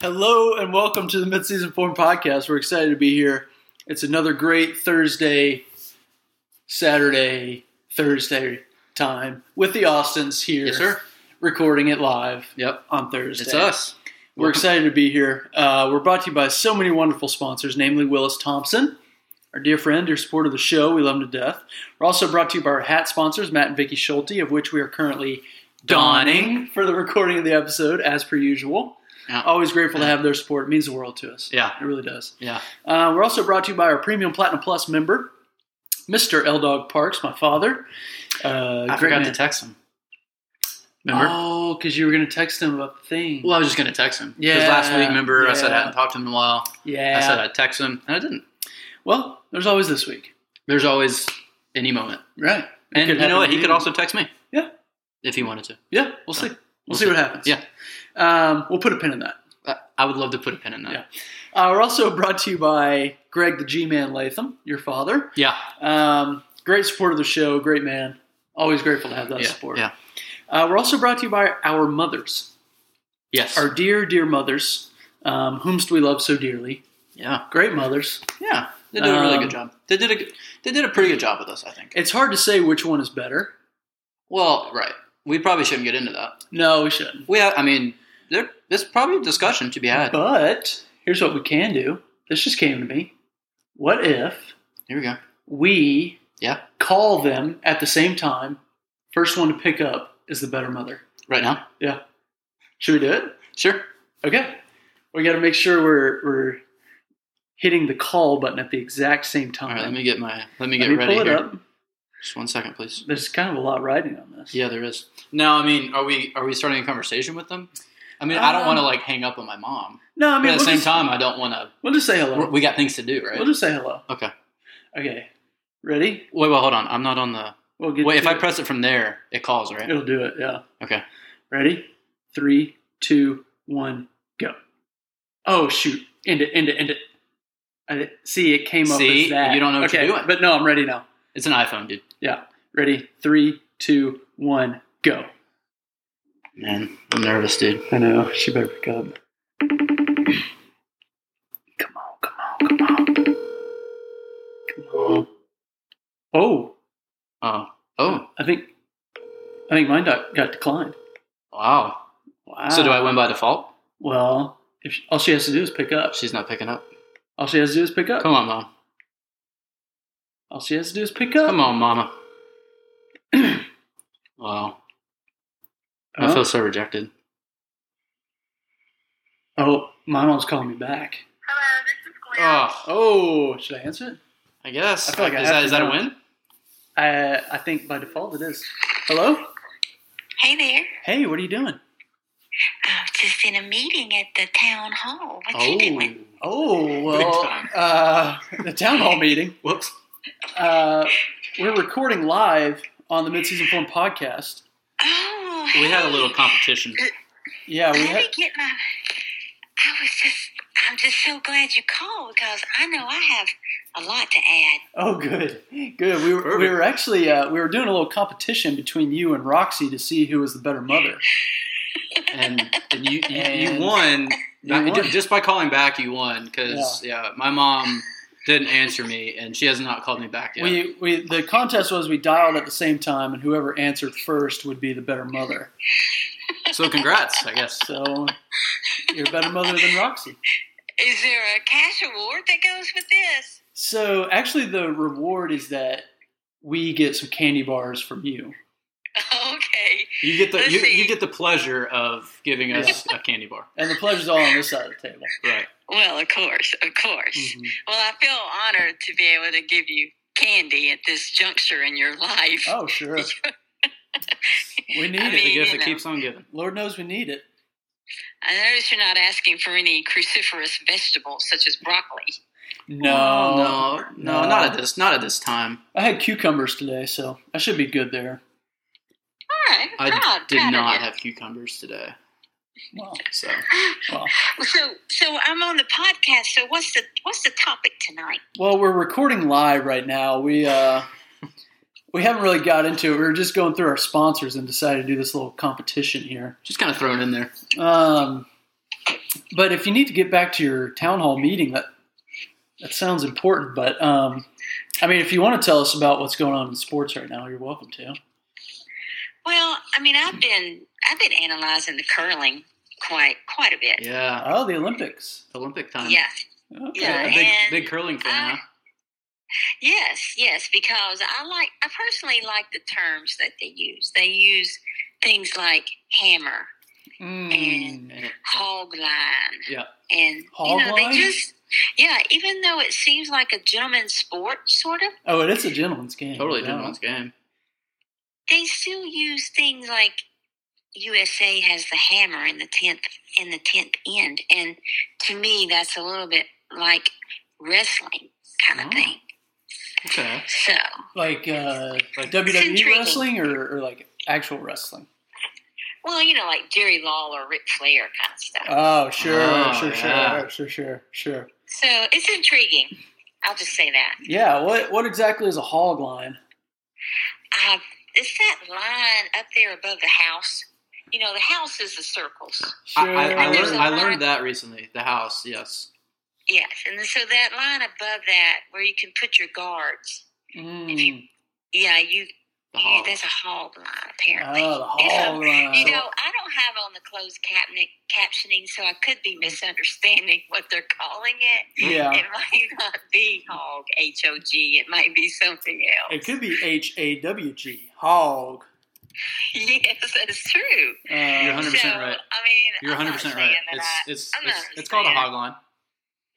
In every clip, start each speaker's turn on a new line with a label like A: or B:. A: Hello and welcome to the Midseason Form Podcast. We're excited to be here. It's another great Thursday, Saturday, Thursday time with the Austins here.
B: Yes, sir.
A: Recording it live
B: Yep.
A: on Thursday.
B: It's us.
A: We're excited to be here. Uh, we're brought to you by so many wonderful sponsors, namely Willis Thompson, our dear friend, dear supporter of the show. We love him to death. We're also brought to you by our hat sponsors, Matt and Vicky Schulte, of which we are currently donning for the recording of the episode, as per usual.
B: Yeah.
A: Always grateful to have their support. It means the world to us.
B: Yeah.
A: It really does.
B: Yeah.
A: Uh, we're also brought to you by our Premium Platinum Plus member, Mr. L Dog Parks, my father. Uh,
B: I
A: great
B: forgot
A: man.
B: to text him. Remember?
A: Oh, because you were going to text him about the thing.
B: Well, I was just gonna text him. 'Cause
A: Yeah,
B: last week, remember, I said
A: yeah.
B: I hadn't talked to him in a while.
A: yeah.
B: I said I'd text him, and I didn't.
A: well, there's always this week.
B: There's always any moment,
A: Right.
B: and
A: could
B: you know
A: happen
B: what? He could
A: immediately.
B: also text me.
A: Yeah.
B: If he wanted to,
A: Yeah, we'll see. We'll, see, what happens.
B: Yeah.
A: Um, we'll put a pin in that.
B: I- I would love to put a pin in that.
A: Yeah. Uh, we're also brought to you by Greg the G Man Latham, your father.
B: Yeah.
A: Um, great supporter of the show, great man. Always grateful to have that
B: yeah.
A: support.
B: yeah.
A: Uh, we're also brought to you by our mothers,
B: Yes.
A: our dear, dear mothers, um, whomst we love so dearly.
B: yeah.
A: Great mothers.
B: Yeah. They did a really
A: Um,
B: good job. They did a good- they did a pretty good job with us, I think.
A: It's hard to say which one is better.
B: Well, right. We probably shouldn't get into that.
A: No, we shouldn't.
B: We, have, I mean, there, there's probably a discussion to be had.
A: But here's what we can do. This just came to me. What if
B: Here we go.
A: we
B: Yeah.
A: call them at the same time. First one to pick up is the better mother.
B: Right now.
A: Yeah. Should we do it?
B: Sure.
A: Okay. We got to make sure we're we're hitting the call button at the exact same time.
B: All right, let me get my let me
A: Let
B: get
A: me
B: ready
A: pull it
B: here.
A: up.
B: Just one second, please.
A: There's kind of a lot riding on this.
B: Yeah, there is. Now, I mean, are we are we starting a conversation with them? I mean, I don't
A: Um,
B: want to like hang up on my mom,
A: No, I
B: but
A: mean,
B: at
A: we'll,
B: the same
A: just,
B: time, I don't want to.
A: we'll just say hello.
B: We got things to do, right?
A: We'll just say hello.
B: okay.
A: Okay. Ready?
B: Wait, well, hold on. I'm not on the.
A: We'll get.
B: Wait,
A: to
B: if I
A: it.
B: press it from there, it calls, right?
A: it'll do it. Yeah.
B: Okay.
A: Ready? Three, two, one, go. Oh shoot! End it! End it! End it! I did see it came up
B: See?
A: as that.
B: You don't know what
A: okay,
B: you're doing.
A: But no, I'm ready now.
B: It's an iPhone, dude.
A: Yeah, ready. Three, two, one, go.
B: Man, I'm nervous, dude.
A: I know she better pick up. Come on! Come on! Come on! Come on! Oh,
B: Oh, oh,
A: I think I think mine got, got declined.
B: wow.
A: Wow.
B: So do I win by default?
A: Well, if she, all she has to do is pick up.
B: She's not picking up.
A: All she has to do is pick up.
B: Come on, mom.
A: All she has to do is pick up.
B: Come on, mama. wow, I
A: Huh?
B: feel so rejected.
A: Oh, my mom's calling me back.
C: Hello, this is Gwen.
B: Oh,
A: Oh, should I answer it?
B: I guess.
A: I feel like I
B: is
A: have
B: that
A: to
B: is that a
A: know.
B: win?
A: I I think by default it is. Hello.
C: Hey there.
A: Hey, what are you doing?
C: I'm just in a meeting at the town hall. What you doing?
B: Oh,
A: Oh
B: Big
A: well,
B: time.
A: uh, the town hall meeting.
B: whoops.
A: Uh, we're recording live on the midseason form podcast.
C: Oh,
B: We had a
C: hey.
B: little competition.
A: Yeah, we
C: Let
A: had.
C: me get my. I was just. I'm just so glad you called because I know I have a lot to add.
A: Oh, good, good. We were we were actually uh, we were doing a little competition between you and Roxy to see who was the better mother.
B: and, and you you,
A: And-
B: you won.
A: You
B: Not-
A: won.
B: ju- Just by calling back, you won because yeah. my mom didn't answer me, and she has not called me back yet.
A: We we the contest was we dialed at the same time, and whoever answered first would be the better mother.
B: so congrats, I guess.
A: So you're a better mother than Roxy.
C: Is there a cash award that goes with this?
A: So actually, the reward is that we get some candy bars from you.
C: Okay.
B: You get the you,
C: Let's see.
B: you get the pleasure of giving us a candy bar,
A: And the pleasure's all on this side of the table.
B: right?
C: Well, of course, of course.
A: Mm-hmm.
C: Well, I feel honored to be able to give you candy at this juncture in your life.
A: Oh, sure. We need
C: I
A: it.
C: mean-
B: The gift
C: you
B: that
C: know.
B: keeps on giving.
A: Lord knows we need it.
C: I notice you're not asking for any cruciferous vegetables such as broccoli.
B: no, no,
A: no.
B: not at this, not at this time.
A: I had cucumbers today, so I should be good there.
C: All right,
B: I
C: proud,
B: did
C: proud
B: not
C: Of
B: have cucumbers today,
A: Well,
B: so
A: well.
C: you. So, so I'm on the podcast. So, what's the what's the topic tonight?
A: well, we're recording live right now. We uh, we haven't really got into it. We were just going through our sponsors and decided to do this little competition here.
B: just kind of thrown in there.
A: Um, But if you need to get back to your town hall meeting, that that sounds important. But um, I mean, if you want to tell us about what's going on in sports right now, you're welcome to.
C: Well, I mean, I've been I've been analyzing the curling quite quite a bit.
B: Yeah,
A: Oh, the Olympics.
B: Olympic time.
C: Yeah.
A: Okay.
C: Yeah.
B: A big,
C: and
B: big curling fan.
C: I- Yes, yes, because I like I personally like the terms that they use. They use things like hammer,
A: Mm.
B: huh?
C: hog line.
B: Yeah.
C: And
A: Hog
C: you know,
A: line?
C: they just yeah, even though it seems like a gentleman's sport sort of,
A: Oh, and it's a gentleman's game.
B: Totally
A: yeah.
B: gentleman's game.
C: they still use things like USA has the hammer in the tenth in the tenth end, and to me, that's a little bit like wrestling kind of
A: Ah.
B: Oh.
C: thing.
B: Okay.
C: So
A: Like uh,
B: Like-
A: WWE
C: Intriguing.
A: wrestling or, or like actual wrestling?
C: well, you know, like Jerry Lawler, Ric Flair kind of stuff.
A: Oh, sure,
B: Oh,
A: sure,
B: yeah.
A: sure, sure, sure, sure.
C: So it's intriguing. I'll just say that.
A: Yeah. What what exactly is a hog line?
C: Uh, it's that line up there above the house. You know, the house is the circles.
B: I, I, I
C: And there's
B: learned,
C: a
B: I
C: lot-
B: learned that recently. The house, yes.
C: Yes, and then, so that line above that where you can put your guards.
A: Mm.
C: Yeah, you.
B: The
C: you-
B: hog.
C: that's a hog line,
A: Oh,
C: apparently.
A: the
C: If I'm-
A: hog line.
B: Uh,
C: You know, I don't have on the closed captioning, captioning, so I could be misunderstanding what they're calling it.
A: yeah.
C: It might not be hog, H O G. It might be something else.
A: It could be H A W G hog.
C: Yes, that's true.
A: Uh,
B: You're 100%
C: so,
B: right.
C: I mean,
B: You're
C: I'm
B: 100
C: not
B: percent
C: saying
B: right.
C: that
B: It's
C: I-
B: it's
C: I'm
B: it's,
C: not
B: it's called a
C: saying.
B: hog line.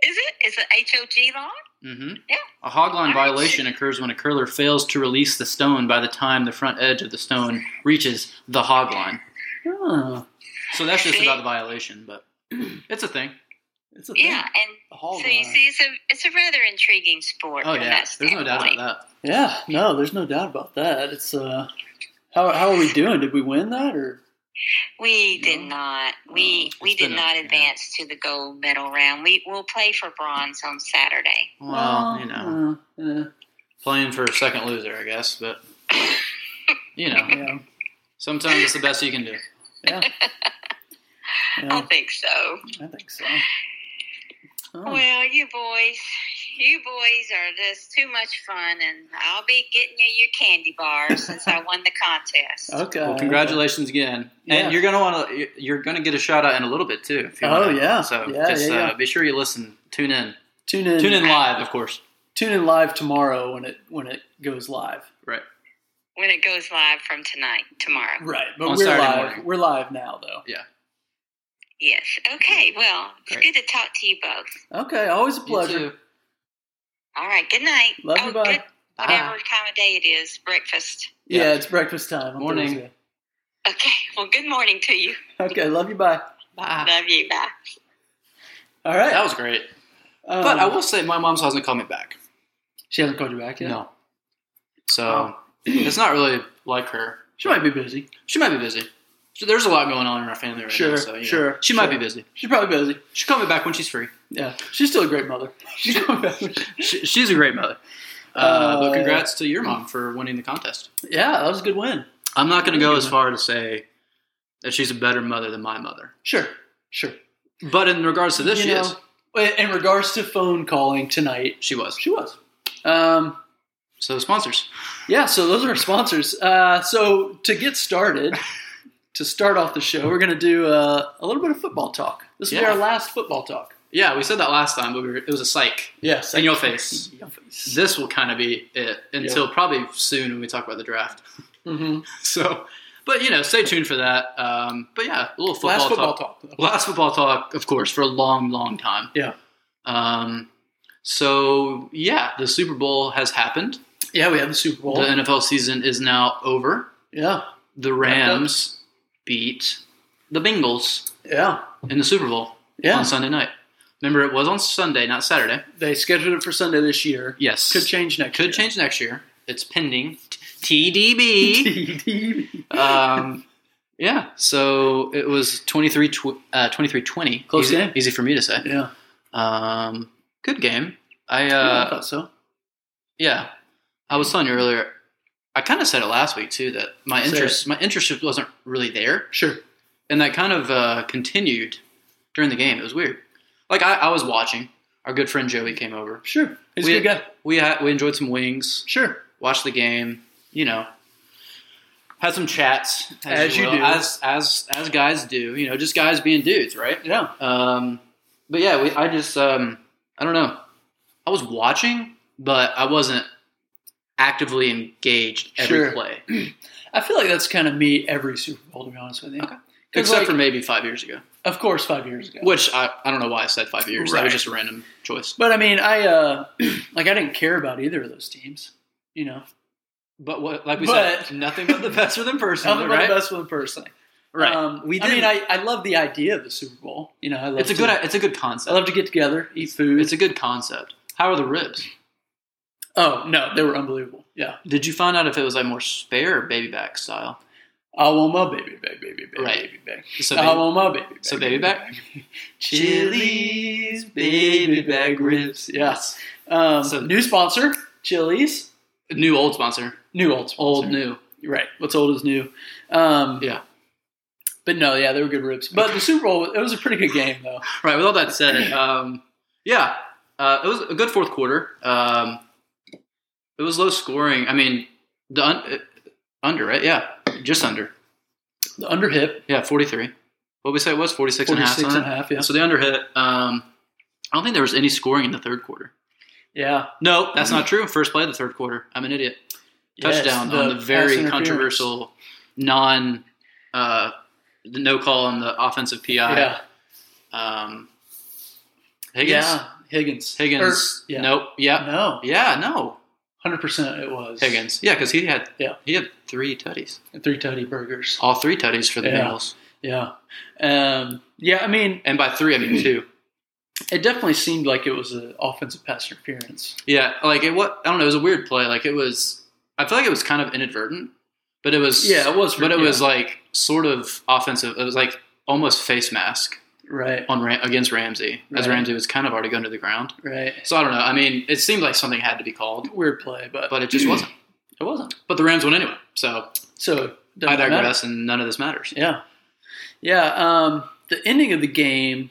C: Is it? Is it HOG law?
B: Mm-hmm.
C: Yeah.
B: A hog line
C: All right.
B: violation occurs when a curler fails to release the stone by the time the front edge of the stone reaches the hog line.
A: Huh.
B: So that's just
C: See?
B: about the violation, but it's a thing.
A: It's a thing.
C: Yeah, and
A: A hog
C: so you
A: line.
C: see, it's a it's a rather intriguing sport.
B: Oh
C: from
B: yeah,
C: that
B: there's no doubt
C: standpoint.
B: about
A: Yeah, no, there's no doubt about that. It's uh, how how are we doing? Did we win that or?
C: We did
A: No.
C: not. We
B: Oh, It's
C: we did
B: been a-
C: not
B: yeah.
C: advance to the gold medal round. We will play for bronze on Saturday.
B: that. Well, you know,
A: uh, uh,
B: playing for a second loser, I guess, but you know,
A: yeah,
B: sometimes it's the best you can do.
A: yeah.
C: I
A: yeah,
C: think so.
A: I think so. Oh,
C: Well, you boys, you boys are just too much fun, and I'll be getting you your candy bars since I won the contest.
A: okay.
B: Well, congratulations again,
A: Yeah.
B: and you're gonna want to. You're gonna get a shout out in a little bit too. If you
A: Oh,
B: wanna.
A: yeah.
B: So
A: Yeah,
B: just
A: yeah,
B: uh,
A: yeah.
B: be sure you listen, tune in,
A: Tune in.
B: tune in live, of course.
A: Tune in live tomorrow when it when it goes live.
B: Right.
C: When it goes live from tonight, tomorrow.
A: Right, but
B: On
A: we're
B: Saturday
A: live.
B: morning.
A: We're live now, though.
C: Yes. Okay. Well, it's
B: Great.
C: good to talk to you both.
A: Okay, always a
B: You
A: pleasure.
B: too.
C: All right. Good night.
A: Love you,
C: oh,
A: bye.
C: Good, whatever time of day it is, breakfast.
A: Yeah,
B: Yeah.
A: it's breakfast time. on
B: Morning.
A: Thursday.
C: Okay. Well, good morning to you.
A: Okay, love you. Bye.
B: Bye.
C: Love you. Bye.
A: All right.
B: That was great.
A: Um,
B: But I will say, my mom hasn't called me back.
A: She hasn't called you back yet.
B: No. So it's not really like her.
A: she might be busy.
B: She might be busy. So there's a lot going on in our family right now.
A: Sure,
B: So, you know,
A: sure,
B: she might be
A: sure.
B: busy.
A: She's probably busy.
B: She'll call me back when she's free.
A: Yeah, she's still a great mother. She's coming back.
B: She, she's a great mother. Uh,
A: Uh,
B: but congrats to your mom for winning the contest.
A: yeah, that was a good win.
B: I'm not going to go as far to say that she's a better mother than my mother.
A: Sure, sure.
B: But in regards to this,
A: You
B: she
A: know,
B: is.
A: In regards to phone calling tonight,
B: She was.
A: she was. Um,
B: So sponsors.
A: yeah, so those are our sponsors. Uh, so to get started, to start off the show, we're going to do uh, a little bit of football talk. This will
B: Yeah.
A: be our last football talk.
B: Yeah, we said that last time, but we were, it was a psych.
A: Yes,
B: In your face.
A: In your face.
B: This will kind of be it until probably soon when we talk about the draft.
A: hmm
B: So, but you know, stay tuned for that. Um, but yeah, a little football,
A: Last football
B: talk.
A: talk. though.
B: Last football talk, of course, for a long, long time.
A: Yeah.
B: Um, so yeah, the Super Bowl has happened.
A: Yeah, we had the Super Bowl.
B: The NFL season is now over.
A: yeah,
B: The Rams beat the Bengals
A: yeah,
B: in the Super Bowl
A: yeah.
B: on Sunday night. Remember, it was on Sunday, not Saturday.
A: They scheduled it for Sunday this year.
B: Yes,
A: Could change next.
B: Could
A: year.
B: change next year. It's pending. TDB.
A: TDB.
B: um, yeah, so it was 23 tw- uh, 20.
A: Close
B: easy,
A: game.
B: Easy for me to say.
A: Yeah,
B: Um, good game. I,
A: yeah, I
B: uh,
A: thought so.
B: yeah, I was telling you earlier, I kind of said it last week too, that my
A: Say
B: interest, my interest wasn't really there.
A: Sure.
B: And that kind of, uh, continued during the game. It was weird. Like I, I was watching. Our good friend Joey came over.
A: Sure. He's
B: we,
A: a good guy.
B: We had, we enjoyed some wings.
A: Sure.
B: Watched the game. You know, had some chats as,
A: As you
B: will,
A: do.
B: as as as guys do. You know, just guys being dudes, right?
A: Yeah.
B: Um, but yeah, we, I just um, I don't know. I was watching, but I wasn't actively engaged every
A: Sure.
B: play,
A: I feel like that's kind of me every Super Bowl, to be honest with you.
B: Okay.
A: 'Cause,
B: except
A: like,
B: for maybe five years ago,
A: of course, five years ago.
B: which I, I don't know why I said five years. That
A: Right.
B: was just a random choice.
A: But I mean, I uh, like I didn't care about either of those teams. You know,
B: But what, like we
A: But-
B: said, nothing but the best for them personally,
A: nothing but
B: right?
A: the best for them personally.
B: Right.
A: Um,
B: we
A: I mean,
B: didn't-
A: I, I love the idea of the Super Bowl. You know, I love
B: it's a
A: to-
B: good it's a good
A: I
B: concept.
A: love to get together, eat food.
B: It's a good concept. How are the ribs?
A: oh no, they were unbelievable. Yeah,
B: Did you find out if it was like more spare or baby back style?
A: I want my baby back, baby back,
B: Right.
A: baby back.
B: So
A: I
B: baby,
A: want my baby back.
B: so baby back.
A: Chili's baby back ribs. Yeah.
B: Yes.
A: Um,
B: So-
A: new sponsor, Chili's.
B: New old sponsor.
A: New old sponsor.
B: Old new.
A: Right. What's old is new. Um,
B: Yeah.
A: But no, yeah, they were good ribs. But the Super Bowl, it was a pretty good game, though.
B: Right. With all that said, um, yeah, uh, it was a good fourth quarter. Um, it was low scoring. I mean, the un- uh, under, right? Yeah, just under.
A: The under hip,
B: Yeah, forty three. What we say it was 46 and a half.
A: 46 and a
B: something.
A: half, yeah.
B: So the under hit. Um, I don't think there was any scoring in the third quarter.
A: Yeah.
B: No, that's not true. First play of the third quarter. I'm an idiot.
A: Yes,
B: Touchdown
A: the
B: on the
A: pass
B: very
A: interference.
B: controversial non uh, the no call on the offensive PI.
A: Yeah.
B: Um, Higgins.
A: Yeah. Higgins.
B: Higgins.
A: Or- yeah.
B: Nope. Yeah.
A: No.
B: Yeah. No.
A: 100% it was.
B: Higgins. Yeah, because he had.
A: Yeah.
B: He had three tutties.
A: Three tutty burgers.
B: All three tutties for the
A: Yeah.
B: Bengals.
A: Yeah. Um, yeah, I mean,
B: And by three, I mean two.
A: it definitely seemed like it was an offensive pass interference.
B: Yeah. Like it. What I don't know. It was a weird play. Like it was. I feel like it was kind of inadvertent, but it was.
A: Yeah, it was-
B: But it
A: yeah.
B: was like sort of offensive. It was like almost face mask
A: Right.
B: on Ram, against Ramsey, as
A: Right.
B: Ramsey was kind of already going to the ground.
A: Right.
B: So I don't know. I mean, it seemed like something had to be called,
A: Weird play, but,
B: but it just wasn't.
A: it wasn't.
B: But the Rams won anyway. So
A: So, doesn't
B: I
A: matter.
B: digress, and none of this matters.
A: Yeah. Yeah. Um, the ending of the game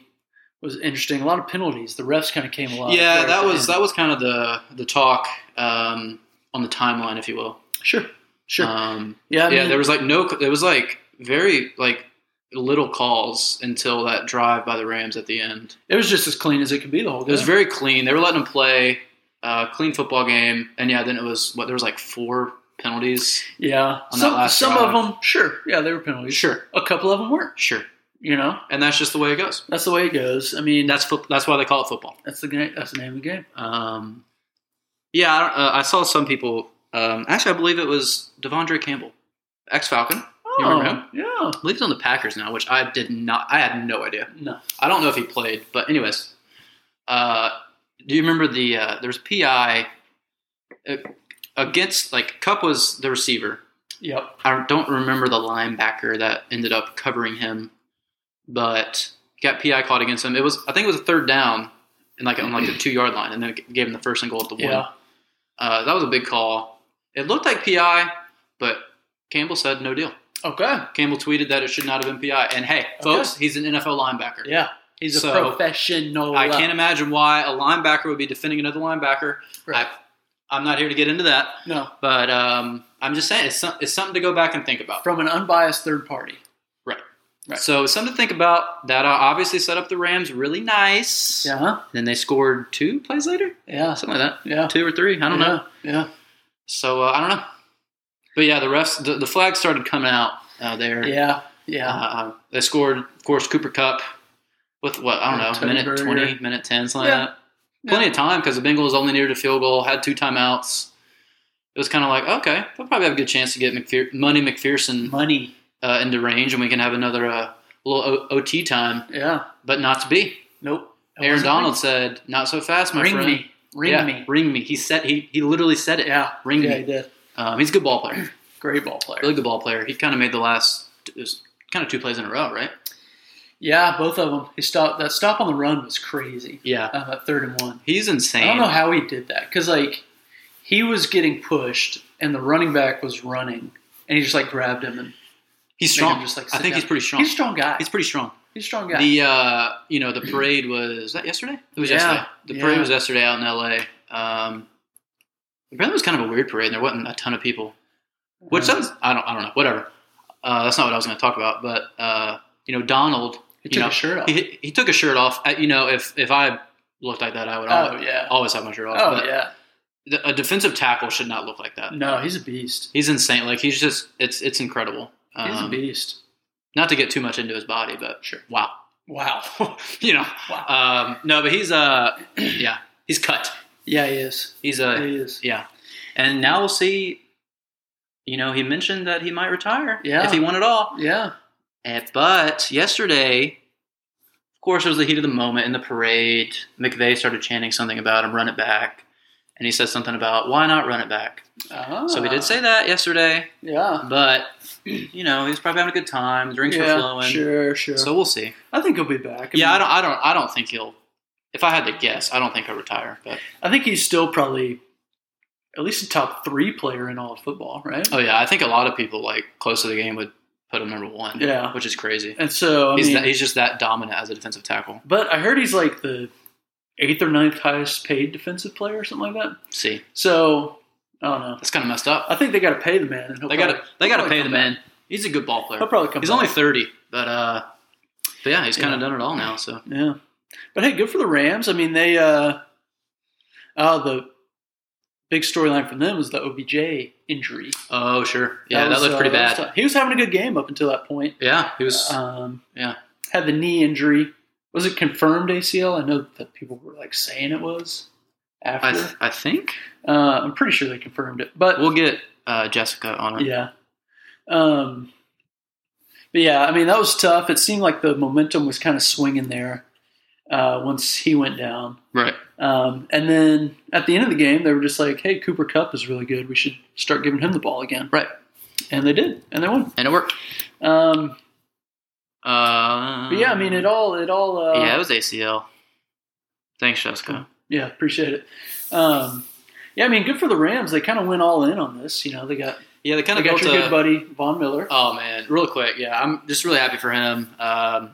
A: was interesting. A lot of penalties. The refs kind of came alive.
B: Yeah,
A: right at
B: that
A: the
B: was
A: end.
B: that was kind of the the talk um, on the timeline, if you will.
A: Sure. Sure.
B: Um,
A: yeah. I
B: yeah,
A: mean,
B: there was like no, there was like very like little calls until that drive by the Rams at the end.
A: it was just as clean as it could be the whole
B: It
A: game.
B: was very clean. They were letting them play, uh, clean football game, and yeah, then it was what there was like four penalties.
A: yeah.
B: that
A: Some,
B: last
A: some
B: drive.
A: of them, sure. Yeah, they were penalties.
B: Sure,
A: A couple of them weren't.
B: sure,
A: You know,
B: and that's just the way it goes.
A: that's the way it goes. I mean,
B: And that's foot- that's why they call it football.
A: that's the game. That's the name of the game.
B: Um, yeah, I, don't, uh, I saw some people. Um, actually, I believe it was Devondre Campbell, ex Falcon. You remember him?
A: yeah.
B: I believe he's on the Packers now, which I did not. I had no idea.
A: No.
B: I don't know if he played, but anyways, uh, do you remember the uh, there's PI uh, against like Cup was the receiver.
A: Yep.
B: I don't remember the linebacker that ended up covering him, but got PI caught against him. It was I think it was a third down and like on like the two yard line, and then it gave him the first and goal at the one.
A: Yeah.
B: Uh, that was a big call. It looked like PI, but Campbell said no deal.
A: Okay.
B: Campbell tweeted that it should not have been PI. And hey, folks, he's an NFL linebacker.
A: Yeah. He's a
B: So,
A: professional.
B: I can't imagine why a linebacker would be defending another linebacker.
A: Right.
B: I, I'm not here to get into that,
A: No.
B: but um, I'm just saying it's, some, it's something to go back and think about.
A: From an unbiased third party. Right.
B: So it's something to think about. That uh, obviously set up the Rams really nice.
A: Yeah.
B: Then they scored two plays later,
A: Yeah.
B: something like
A: Yeah.
B: that, two or three. I don't know.
A: Yeah.
B: So uh, I don't know. But yeah, the refs, the, the flags started coming out uh, there.
A: Yeah. Yeah.
B: Uh, they scored, of course, Cooper Cup with what I don't know,
A: Tony
B: minute
A: Berger.
B: twenty, minute ten, something
A: Yeah.
B: like that. Plenty of time because the Bengals only needed a field goal, had two timeouts. It was kind of like, okay, they'll probably have a good chance to get McPher- Money McPherson
A: Money.
B: uh, into range, and we can have another uh, little o- OT time,
A: Yeah.
B: but not to be.
A: Nope. That
B: Aaron
A: wasn't
B: Donald said, "Not so fast, my
A: Ring
B: friend."
A: me. Ring
B: Yeah,
A: me.
B: ring me. He said he, he literally said it.
A: Yeah.
B: Ring
A: yeah,
B: me.
A: he did.
B: Um, he's a good ball player,
A: Great ball player.
B: really good ball player. He kind of made the last, it was kind of two plays in a row, right?
A: Yeah, both of them. He stopped. That stop on the run was crazy.
B: Yeah,
A: Um, at third and one.
B: he's insane.
A: I don't know how he did that because like he was getting pushed and the running back was running and he just like grabbed him and
B: He's
A: made him
B: strong.
A: just, like,
B: I
A: sit
B: think
A: down.
B: he's pretty strong.
A: he's a
B: He's,
A: strong guy.
B: pretty strong.
A: He's a strong guy.
B: The uh, you know the parade was was that yesterday. It was
A: Yeah,
B: yesterday. The parade
A: yeah.
B: was yesterday out in L.A. Um, apparently, it was kind of a weird parade. and There wasn't a ton of people, which
A: Uh,
B: sounds I don't I don't know. Whatever. Uh, that's not what I was going to talk about. But uh, you know, Donald,
A: he
B: you
A: took
B: know,
A: his shirt off.
B: he, he took his shirt off. I, you know, if if I looked like that, I would
A: oh
B: always,
A: yeah.
B: always have my shirt off.
A: Oh
B: but um,
A: yeah.
B: the- a defensive tackle should not look like that.
A: No, he's a beast.
B: He's insane. Like he's just it's it's incredible.
A: He's a
B: Um,
A: beast.
B: not to get too much into his body, but
A: Sure.
B: wow,
A: Wow.
B: you know.
A: Wow.
B: Um, no, but he's uh, yeah, he's cut.
A: yeah, he is.
B: He's
A: Yeah,
B: uh,
A: he is.
B: yeah, and now we'll see. You know, he mentioned that he might retire
A: Yeah.
B: if he won it all.
A: Yeah.
B: Eh, But yesterday, of course, it was the heat of the moment in the parade. McVeigh started chanting something about him, run it back, and he said something about why not run it back. So he
A: Ah.
B: did say that yesterday,
A: Yeah.
B: but you know, he was probably having a good time. Drinks were
A: Yeah,
B: flowing,
A: Sure, sure.
B: so we'll see.
A: I think he'll be back.
B: yeah, I
A: mean,
B: don't, I don't, I don't think he'll. If I had to guess, I don't think he'll retire. But
A: I think he's still probably at least a top three player in all of football, right?
B: oh yeah, I think a lot of people like close to the game would put him number one.
A: Yeah.
B: which is crazy.
A: And so, I
B: he's
A: mean,
B: that, he's just that dominant as a defensive tackle.
A: but I heard he's like the eighth or ninth highest paid defensive player or something like that.
B: See,
A: So I don't know.
B: that's kind of messed up.
A: I think they got to pay the man, and he'll
B: They got
A: probably,
B: to, they got to
A: he'll
B: pay the
A: come
B: man. He's a good ball
A: He'll
B: player.
A: probably come.
B: He's
A: back.
B: only thirty, but uh, but yeah, he's kind
A: Yeah.
B: of done it all now. So
A: yeah. But hey, good for the Rams. I mean, they uh, oh the big storyline from them was the OBJ injury.
B: oh sure, yeah, that,
A: was,
B: looked
A: uh,
B: pretty
A: that
B: bad.
A: was tough. he was having a good game up until that point.
B: yeah, he was.
A: Um,
B: Yeah.
A: Had the knee injury. Was it confirmed ACL? I know that people were like saying it was after.
B: I, th- I think
A: uh, I'm pretty sure they confirmed it, but
B: we'll get uh, Jessica on it.
A: yeah. Um, but yeah, I mean that was tough. It seemed like the momentum was kind of swinging there uh, once he went down.
B: Right.
A: Um, and then at the end of the game, they were just like, "Hey, Cooper Cup is really good. We should start giving him the ball again."
B: Right.
A: And they did, and they won.
B: And it worked.
A: Um,
B: Uh,
A: but yeah, I mean it all. It all. Uh,
B: yeah, it was ACL. Thanks, Jessica.
A: Yeah, appreciate it. Um, yeah, I mean, good for the Rams. They kind of went all in on this. You know, they got
B: Yeah, they kind
A: they
B: of
A: got
B: built
A: your good
B: a.
A: buddy Von Miller.
B: Oh man, real quick, yeah, I'm just really happy for him. Um,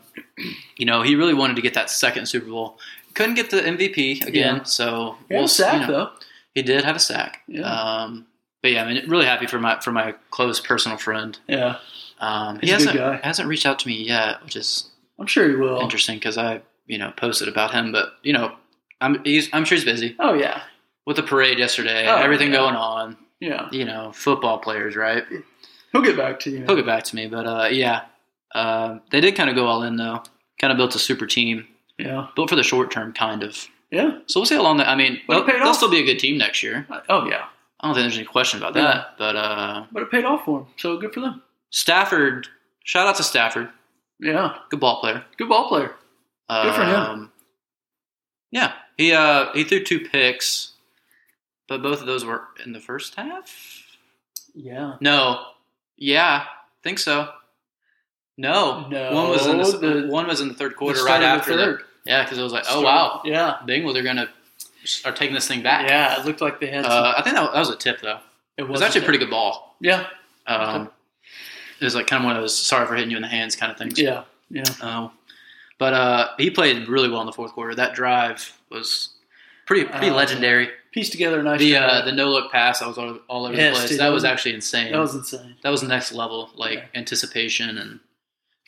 B: you know, he really wanted to get that second Super Bowl. Couldn't get the MVP again,
A: Yeah.
B: so
A: He had a sack
B: you know,
A: though.
B: He did have a sack.
A: Yeah.
B: Um, but yeah, I mean, really happy for my for my close personal friend.
A: Yeah,
B: Um, he
A: He's a good
B: hasn't
A: guy. Oh.
B: hasn't reached out to me yet, which is
A: I'm sure he will.
B: interesting because I you know posted about him, but you know, I'm he's, I'm sure he's busy
A: Oh yeah,
B: with the parade yesterday,
A: Oh,
B: everything
A: yeah.
B: going on.
A: yeah.
B: You know, football players, right?
A: He'll get back to you.
B: He'll get back to me, but uh, yeah, Um they did kind of go all in though. Kind of built a super team,
A: Yeah,
B: built for the short term, kind of.
A: yeah.
B: So we'll see how long that. I mean,
A: But it
B: they'll,
A: paid
B: they'll
A: off.
B: still be a good team next year.
A: Oh yeah,
B: I don't think there's any question about
A: Yeah.
B: that. But uh,
A: but it paid off for him. So good for them.
B: Stafford, shout out to Stafford,
A: Yeah,
B: good ball player.
A: good ball player. Good for him.
B: Um, Yeah, he uh, he threw two picks, but both of those were in the first half.
A: Yeah.
B: No. Yeah, think so. No,
A: No,
B: One was in the,
A: the-
B: one was in the third
A: The
B: quarter,
A: start
B: right
A: of the
B: after that.
A: third.
B: Yeah, because it was like, oh
A: Start-
B: wow,
A: Yeah,
B: Bengals are gonna are taking this thing back.
A: yeah. It looked like they had. some,
B: Uh, I think that, that was a tip though.
A: it
B: It was actually a pretty good ball.
A: Yeah,
B: Um,
A: Okay.
B: It was like kind of one of those sorry for hitting you in the hands kind of things.
A: yeah, yeah.
B: Um, but uh, he played really well in the fourth quarter. That drive was pretty pretty
A: Uh,
B: legendary.
A: Pieced together a nice.
B: The
A: drive.
B: uh, the no look pass that was all, all over
A: Yes,
B: the place.
A: dude,
B: that
A: that
B: was
A: was-
B: actually insane.
A: that was insane.
B: that was next level, like
A: Yeah.
B: anticipation and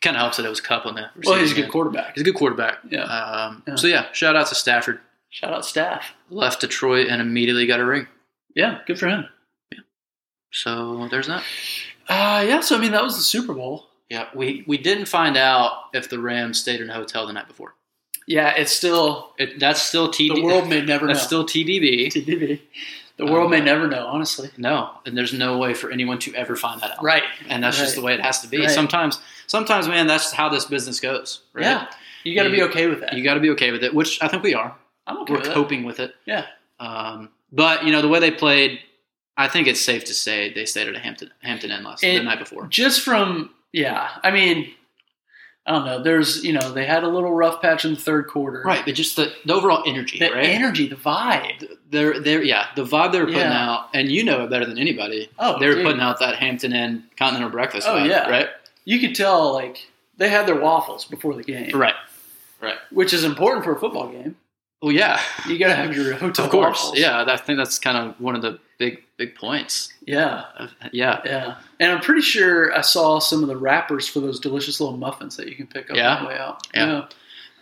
B: kind of helps that it was Cup on the.
A: Well, he's a
B: receiving
A: good
B: end.
A: quarterback.
B: He's a good quarterback.
A: Yeah.
B: Um,
A: Yeah.
B: So yeah, shout out to Stafford.
A: Shout out staff.
B: Left Detroit and immediately got a ring.
A: Yeah, good for him.
B: So there's that.
A: Uh, yeah, so I mean, that was the Super Bowl.
B: Yeah, we we didn't find out if the Rams stayed in a hotel the night before.
A: Yeah, it's still,
B: It, that's still TD.
A: the world may never know.
B: that's still TDB.
A: TBD. The
B: Uh,
A: world may never know, honestly.
B: No, and there's no way for anyone to ever find that out.
A: Right.
B: And that's just the
A: Right.
B: way it has to be.
A: Right.
B: Sometimes, sometimes, man, that's how this business goes. Right?
A: Yeah. You got to be
B: You-
A: okay with that.
B: you got to be okay with it, which I think we are.
A: I'm okay
B: We're
A: with that.
B: coping with it.
A: Yeah.
B: Um, but you know the way they played, I think it's safe to say they stayed at a Hampton Hampton Inn last
A: It-
B: the night before.
A: Just from, yeah, I mean, I don't know. There's, you know, they had a little rough patch in the third quarter.
B: Right, but just the, the overall energy,
A: The
B: right?
A: energy, the vibe.
B: they're they're yeah, the vibe they were putting
A: Yeah.
B: out, and you know it better than anybody.
A: Oh,
B: they were
A: dude.
B: putting out that Hampton Inn continental breakfast.
A: Oh,
B: vibe,
A: yeah.
B: right.
A: You could tell, like, They had their waffles before the game,
B: Right.
A: which is important for a football game.
B: Well, yeah,
A: You got to have your hotel
B: of course.
A: waffles.
B: Yeah, that- I think that's kind of one of the big big points.
A: yeah,
B: Uh, Yeah,
A: yeah. And I'm pretty sure I saw some of the wrappers for those delicious little muffins that you can pick up
B: Yeah.
A: on the way out.
B: Yeah.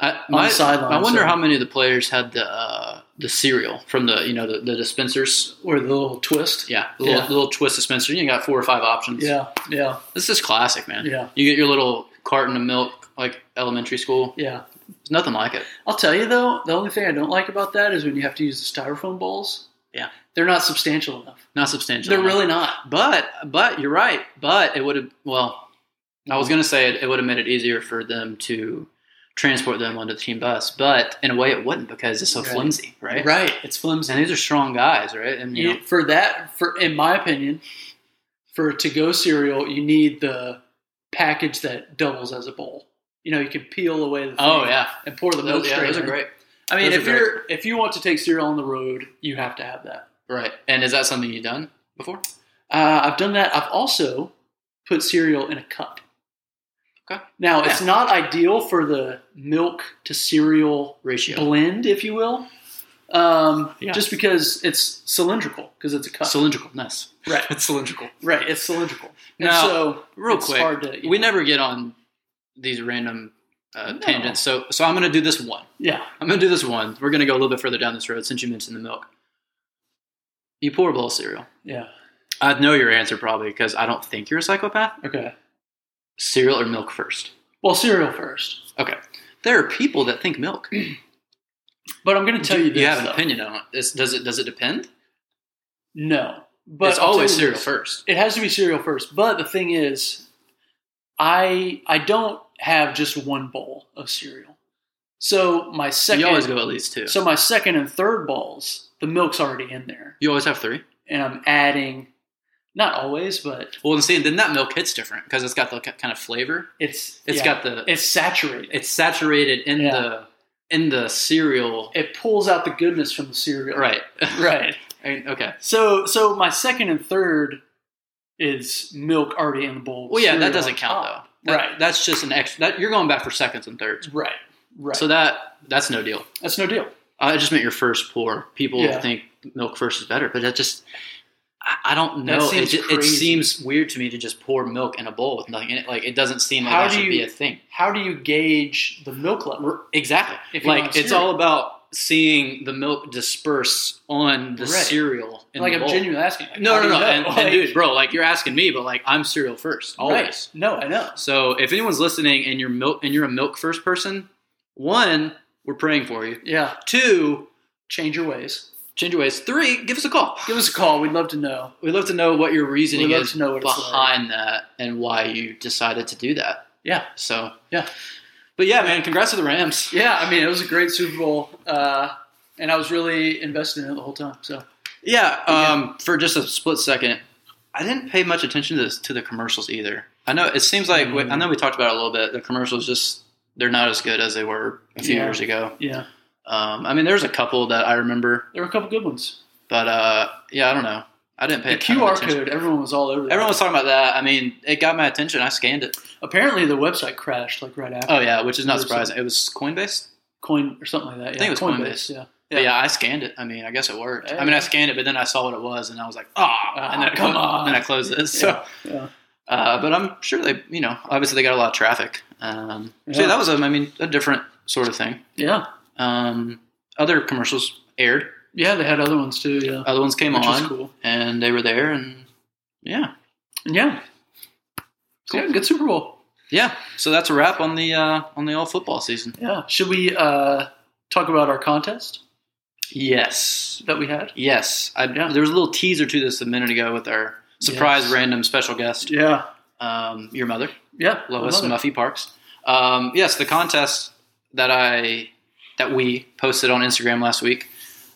B: I, my,
A: the sideline,
B: I wonder
A: so-
B: how many of the players had the uh, the cereal from the you know the, the dispensers.
A: or the little twist.
B: Yeah, the little,
A: Yeah.
B: the little twist dispenser. You got four or five options.
A: Yeah, yeah,
B: this is classic, man.
A: yeah,
B: You get your little carton of milk, like elementary school.
A: yeah.
B: There's nothing like it.
A: I'll tell you though, the only thing I don't like about that is when you have to use the styrofoam bowls.
B: Yeah.
A: they're not substantial enough.
B: Not substantial.
A: They're
B: enough.
A: really not.
B: But but you're right. But it would have well, I was gonna say it, it would have made it easier for them to transport them onto the team bus, but in a way it wouldn't because it's so
A: Right.
B: flimsy, right?
A: Right, it's flimsy.
B: And these are strong guys, right? And you
A: You-
B: know,
A: for that, for in my opinion, for to go cereal, you need the package that doubles as a bowl. You know, you can peel away the thing
B: oh yeah,
A: and pour the milk
B: those, yeah,
A: straight.
B: those are
A: in.
B: great.
A: I mean,
B: Those
A: if
B: are great.
A: you're if you want to take cereal on the road, you have to have that.
B: Right. And is that something you've done before?
A: Uh, I've done that. I've also put cereal in a cup.
B: Okay.
A: Now it's not ideal for the milk to cereal
B: Ratio.
A: blend, if you will, um,
B: Yeah.
A: just because it's cylindrical because it's a cup.
B: Cylindrical, nice.
A: right.
B: It's cylindrical.
A: Right, it's cylindrical. And
B: Now,
A: so
B: Real
A: it's
B: quick,
A: hard to, you
B: we
A: know.
B: never get on these random uh,
A: No.
B: tangents. So so I'm gonna do this one.
A: yeah,
B: I'm gonna do this one. We're gonna go a little bit further down this road since you mentioned the milk. You pour a bowl of cereal.
A: yeah,
B: I know your answer probably because I don't think you're a psychopath.
A: okay.
B: Cereal or milk first.
A: Well, cereal first,
B: There are people that think milk.
A: but I'm going to tell
B: Do
A: you this.
B: you have an
A: though.
B: opinion on it. It's- does it does it depend?
A: No, but
B: it's
A: I'll tell
B: always
A: you
B: cereal
A: this.
B: first.
A: It has to be cereal first. But the thing is, I I don't have just one bowl of cereal. So my second,
B: you always go at least two.
A: so my second and third bowls, the milk's already in there,
B: you always have three.
A: and I'm adding, not always, but
B: Well, and see, then that milk hits different because it's got the ki- kind of flavor.
A: it's
B: It's
A: yeah,
B: got the
A: it's saturated.
B: it's saturated in
A: Yeah.
B: the in the cereal.
A: it pulls out the goodness from the cereal.
B: Right.
A: Right.
B: I mean, okay.
A: So so my second and third is milk already in the bowl. with
B: Well, yeah,
A: cereal
B: that doesn't
A: on
B: count
A: top.
B: though. That-
A: Right.
B: That's just an extra. That, you're going back for seconds and thirds.
A: Right. Right.
B: So
A: So
B: that that's no deal.
A: that's no deal.
B: I just meant your first pour. People
A: Yeah.
B: think milk first is better, but that just I, I don't
A: That
B: know. It,
A: seems
B: ju- it
A: crazy.
B: seems weird to me to just pour milk in a bowl with nothing in it. Like it doesn't seem like
A: How
B: that
A: do
B: should be
A: you-
B: a thing.
A: How do you gauge the milk level?
B: Exactly.
A: If you
B: like
A: want
B: it's
A: cereal.
B: all about seeing the milk disperse on the
A: Right.
B: cereal in
A: like
B: the
A: I'm
B: bowl.
A: genuinely asking. Like,
B: no,
A: how
B: no,
A: do
B: no,
A: you know?
B: and, and
A: Like,
B: dude, bro, like you're asking me, but like I'm cereal first,
A: right.
B: always.
A: No, I know.
B: So if anyone's listening and you're milk and you're a milk first person, one, we're praying for you.
A: Yeah,
B: Two,
A: change your ways.
B: change your ways. Three, give us a call.
A: Give us a call. We'd love to know.
B: We'd love to know what your reasoning
A: We'd love
B: is
A: to know what it's
B: behind that and why you decided to do that.
A: Yeah.
B: So
A: Yeah.
B: But yeah, man, congrats to the Rams.
A: Yeah, I mean it was a great Super Bowl, uh, and I was really invested in it the whole time. So
B: Yeah. Um, for just a split second, I didn't pay much attention to this, to the commercials either. I know it seems like
A: Mm.
B: I know we talked about it a little bit. The commercials just they're not as good as they were a few
A: Yeah.
B: years ago.
A: yeah,
B: Um, I mean, there's a couple that I remember,
A: there were a couple good ones. but
B: but uh, yeah, I don't know. I didn't pay
A: the
B: a ton of
A: QR
B: attention.
A: code, everyone was all over. That.
B: Everyone was talking about that. I mean, it got my attention. I scanned it.
A: apparently the website crashed like right after
B: Oh yeah, which is not
A: There's a-
B: surprising. It was Coinbase.
A: Coin or something like that. Yeah.
B: think it was Coinbase.
A: Yeah.
B: But Yeah. I scanned it. I mean, I guess it worked.
A: Yeah.
B: I mean, I scanned it, but then I saw what it was, and I was like, ah,
A: Ah,
B: and then I
A: come
B: clo-
A: on.
B: then I closed it. So,
A: yeah.
B: Uh, but I'm sure they, you know, obviously they got a lot of traffic. Um, So
A: Yeah.
B: yeah, that was, a, I mean, a different sort of thing.
A: Yeah.
B: Um, other commercials aired.
A: Yeah, they had other ones too. Yeah.
B: Other ones came
A: Which was
B: on,
A: cool.
B: and they were there, and yeah,
A: Yeah.
B: Cool.
A: Yeah, good Super Bowl.
B: yeah. So that's a wrap on the uh, on the old football season.
A: Yeah. Should we uh, talk about our contest
B: Yes,
A: that we had?
B: yes. I,
A: Yeah.
B: There was a little teaser to this a minute ago with our surprise
A: Yes.
B: random special guest,
A: Yeah.
B: um, your mother.
A: Yeah.
B: Lois
A: I love it.
B: Muffy Parks. Um, yes, the contest that I that we posted on Instagram last week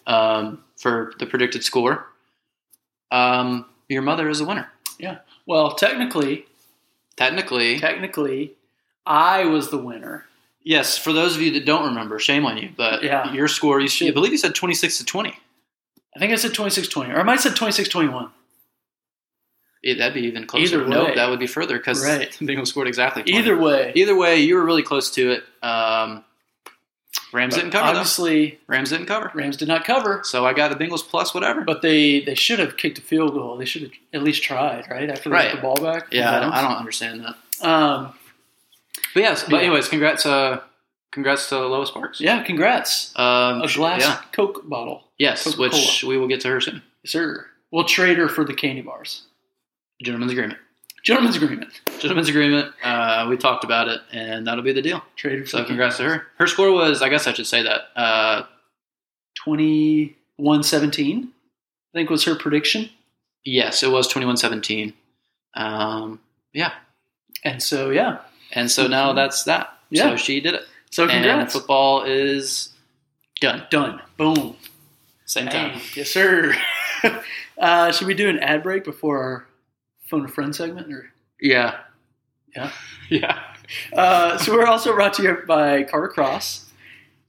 B: um, for the predicted score. Um, your mother is the winner.
A: Well, technically,
B: Technically,
A: technically, I was the winner.
B: yes. For those of you that don't remember, shame on you. But
A: Yeah.
B: your score, you should, I believe you said twenty six to twenty.
A: I think I said 26 20, or I might have said 26 21.
B: it- that'd be even closer.
A: Either
B: No,
A: way.
B: that would be further because
A: Right.
B: the Bengals scored exactly. 20.
A: Either way,
B: either way, you were really close to it. Um, Rams didn't cover. though.
A: obviously
B: Rams didn't cover.
A: Rams did not cover,
B: So I got the Bengals plus whatever.
A: but they they should have kicked a field goal. They should have at least tried, right? After they got
B: Right.
A: the ball back.
B: yeah, I don't, I don't understand that.
A: Um,
B: But yes,
A: Yeah.
B: but anyways, congrats. Uh, congrats to Lois Parks.
A: yeah, congrats.
B: Um,
A: A glass
B: Yeah.
A: Coke bottle.
B: Yes,
A: Coca-Cola.
B: which we will get to her soon.
A: Yes, sir. We'll trade her for the candy bars.
B: Gentleman's agreement.
A: Gentlemen's agreement.
B: Gentleman's agreement. Uh, we talked about it, and that'll be the deal.
A: Trade her for
B: So
A: the candy
B: congrats to
A: bars.
B: her. Her score was, I guess I should say that. Uh,
A: 21-17, I think was her prediction.
B: yes, it was 21-17. Um, yeah,
A: And so, yeah.
B: and so now that's that.
A: Mm-hmm. Yeah.
B: So she did it.
A: So
B: and
A: congrats.
B: football is done.
A: Done. Boom.
B: Same
A: Bang.
B: time.
A: Yes, sir. uh, should we do an ad break before our phone a friend segment? Or
B: Yeah.
A: Yeah.
B: Yeah.
A: uh, so we're also brought to you by Carter Cross,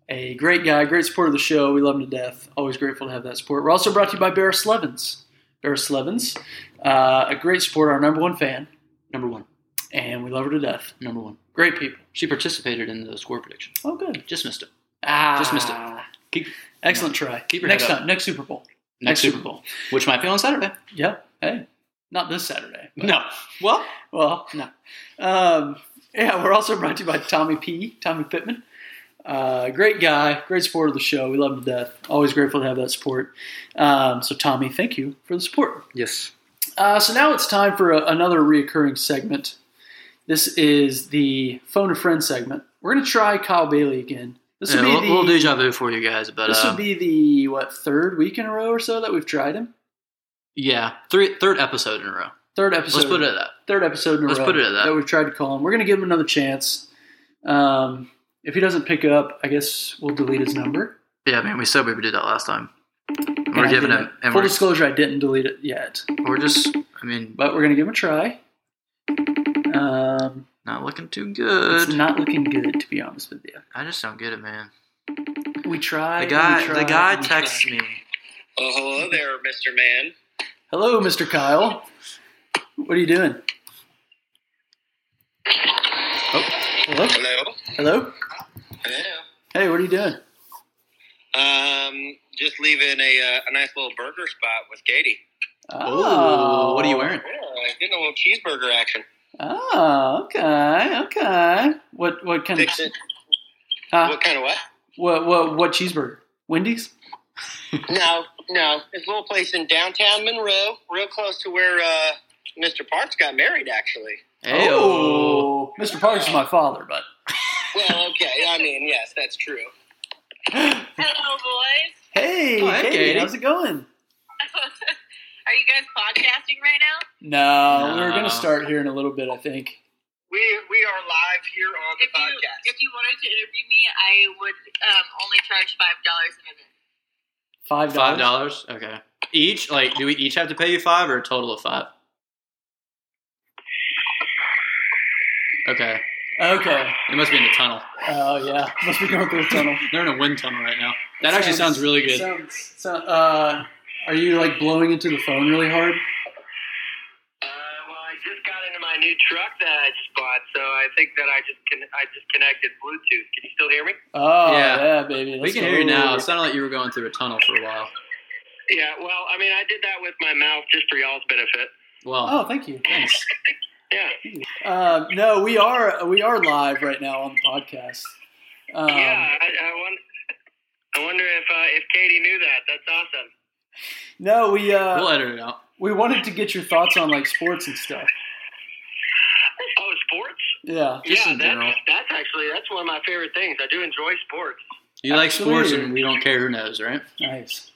A: a great guy, great supporter of the show. We love him to death. Always grateful to have that support. We're also brought to you by Barris Levins. Barris Levins, uh, a great supporter, our number one fan,
B: Number one.
A: and we love her to death.
B: Number one.
A: Great people.
B: She participated in the score prediction.
A: Oh, good.
B: Just missed it.
A: Ah,
B: Just missed it. Keep-
A: excellent try.
B: Keep your
A: next
B: head up.
A: time, next Super Bowl.
B: Next Super Bowl, which might be on Saturday.
A: Yep. Hey, not this Saturday. but-
B: No. Well,
A: Well,
B: No.
A: Um, yeah, we're also brought to you by Tommy P. Tommy Pittman. Uh, great guy, great supporter of the show. We love him to death. Always grateful to have that support. Um, so, Tommy, thank you for the support.
B: yes.
A: Uh, so now it's time for a, another reoccurring segment. This is the phone a friend segment. We're going to try Kyle Bailey again. This will
B: we'll,
A: be
B: we'll
A: the
B: deja vu for you guys, but
A: this will
B: um,
A: be the what third week in a row or so that we've tried him.
B: yeah, three, third episode in a row.
A: Third episode.
B: Let's put it at that.
A: third episode in a
B: Let's
A: row
B: put it at that.
A: we've tried to call him. We're going to give him another chance. Um, if he doesn't pick up, I guess we'll delete his number.
B: Yeah, man, we said we would do that last time.
A: And
B: We're
A: I
B: giving
A: didn't.
B: him, and
A: full
B: we're,
A: disclosure. I didn't delete it yet,
B: we're just, I mean,
A: but we're going to give him a try. Um,
B: not looking too
A: it's
B: good.
A: not looking good, to be honest with you.
B: I just don't get it, man.
A: We tried.
B: The guy,
A: and we
B: the
A: tried,
B: guy
A: and we tried.
B: texts me.
D: Oh, hello there, Mr. Man.
A: Hello, Mr. Kyle. What are you doing? Oh, hello.
D: Hello.
A: Hello.
D: Hello.
A: Hey, what are you doing?
D: Um, just leaving a, uh, a nice little burger spot with Katie.
B: Oh, what are you wearing?
D: Yeah, getting a little cheeseburger action.
A: Oh, okay, okay. What what kind of
D: Fix it.
A: huh?
D: What kind of what?
A: what what what cheeseburger? Wendy's?
D: No, no. It's a little place in downtown Monroe, real close to where uh, Mr. Parks got married, actually.
B: Hey, oh.
A: Oh, Mr. Parks is my father, but
D: Well, okay. I mean, yes, that's true.
E: Hello, boys.
A: hey,
B: Oh, hey,
A: Katie,
B: Katie.
A: how's it going?
E: Are you guys podcasting right now?
A: No,
B: No.
A: we were gonna start here in a little bit, I think.
D: We we are live here on
E: If you if you wanted to interview me, I would um, only charge five dollars a minute.
A: Five
B: Five
A: dollars.
B: dollars. Okay. Each, like, do we each have to pay you five or a total of five? Okay.
A: Okay.
B: It must be in the tunnel.
A: Oh yeah, must be going through a tunnel.
B: They're in a wind tunnel right now. That actually sounds really good.
A: Sounds, so- uh, are you like blowing into the phone really hard?
D: Uh, well, I just got into my new truck that I just bought, so I think that I just con- I just connected Bluetooth. Can you still hear me?
A: Oh yeah,
B: Yeah.
A: baby.
B: we
A: let's
B: can
A: go.
B: hear you now. It sounded like you were going through a tunnel for a while.
D: Yeah. Well, I mean, I did that with my mouth just for y'all's benefit.
B: Well,
A: Oh, thank you.
B: thanks.
D: Yeah.
A: Uh, no, we are we are live right now on the podcast. Um,
D: yeah. I, I, won- I wonder if uh, if Katie knew that. That's awesome.
A: No, we uh,
B: We'll edit it out.
A: we wanted to get your thoughts on like sports and stuff.
D: Oh, sports?
A: Yeah.
B: Just
D: yeah.
B: in general.
D: that's, that's actually that's one of my favorite things. I do enjoy sports.
B: You like sports,
A: Absolutely.
B: and we don't care who knows, right?
A: Nice.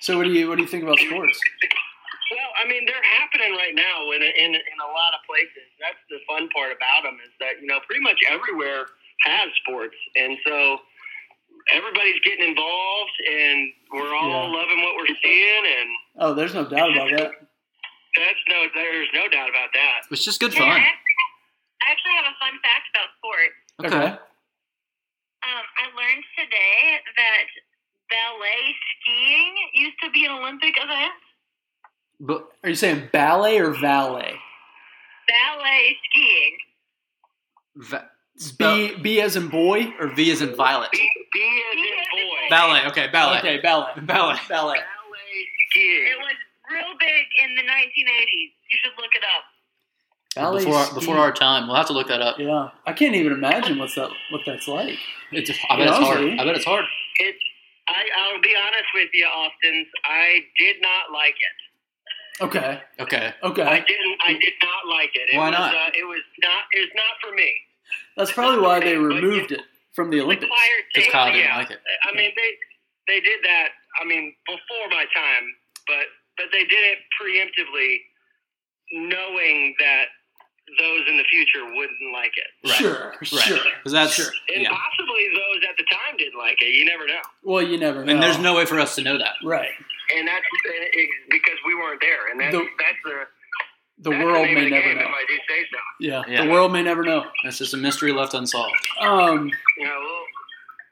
A: So what do you what do you think about sports?
D: Well, I mean, they're happening right now in in in a lot of places. That's the fun part about them is that you know pretty much everywhere has sports, and so everybody's getting involved, and we're all
A: Yeah.
D: loving what we're seeing, and
A: Oh, there's no doubt about that.
D: that's no, there's no doubt about that.
B: It's just good
E: Yeah,
B: fun.
E: I actually- I actually have a fun fact about sports.
B: Okay.
E: Um, I learned today that ballet skiing used to be an Olympic event.
B: But
A: Are you saying ballet or valet?
E: Ballet skiing.
B: va- spell-
A: B B as in boy.
B: or V is in violet.
D: B, B as in boy.
B: Ballet. Okay, ballet.
A: Okay, ballet.
B: Ballet.
A: Ballet.
D: Ballet
E: It
D: skiing.
E: was real big in the 1980s. You should look it up.
A: Ballet
B: before our,
A: ski.
B: before our time, we'll have to look that up.
A: Yeah, I can't even imagine what's that. What that's like.
B: It's, I bet it's hard. I bet it's hard.
D: It's. I, I'll be honest with you, Austin. I did not like it.
A: Okay.
B: Okay.
D: I
A: Okay.
D: didn't. I did not like it. it
B: Why
D: was,
B: not?
D: Uh, it was not. It's not for me.
A: That's probably why they removed it from the
D: The
A: Olympics.
D: choir
B: Because
D: thing,
B: Kyle didn't
D: yeah.
B: like it.
D: I mean, they they did that. I mean, before my time, but but they did it preemptively, knowing that those in the future wouldn't like it,
B: Right.
A: Sure. Sure.
B: 'Cause that's
A: Sure.
D: and
B: yeah.
D: possibly those at the time didn't like it. You never know,
A: Well, you never know.
B: And there's no way for us to know that.
A: right.
D: and that's and it, because we weren't there, and that's
A: The-
D: that's the
A: The
D: that's
A: world
D: the name
A: may
D: of the
A: never
D: game,
A: know.
D: If I do say so,
A: Yeah.
B: Yeah.
A: The world may never know.
B: That's just a mystery left unsolved.
A: Um.
D: you know.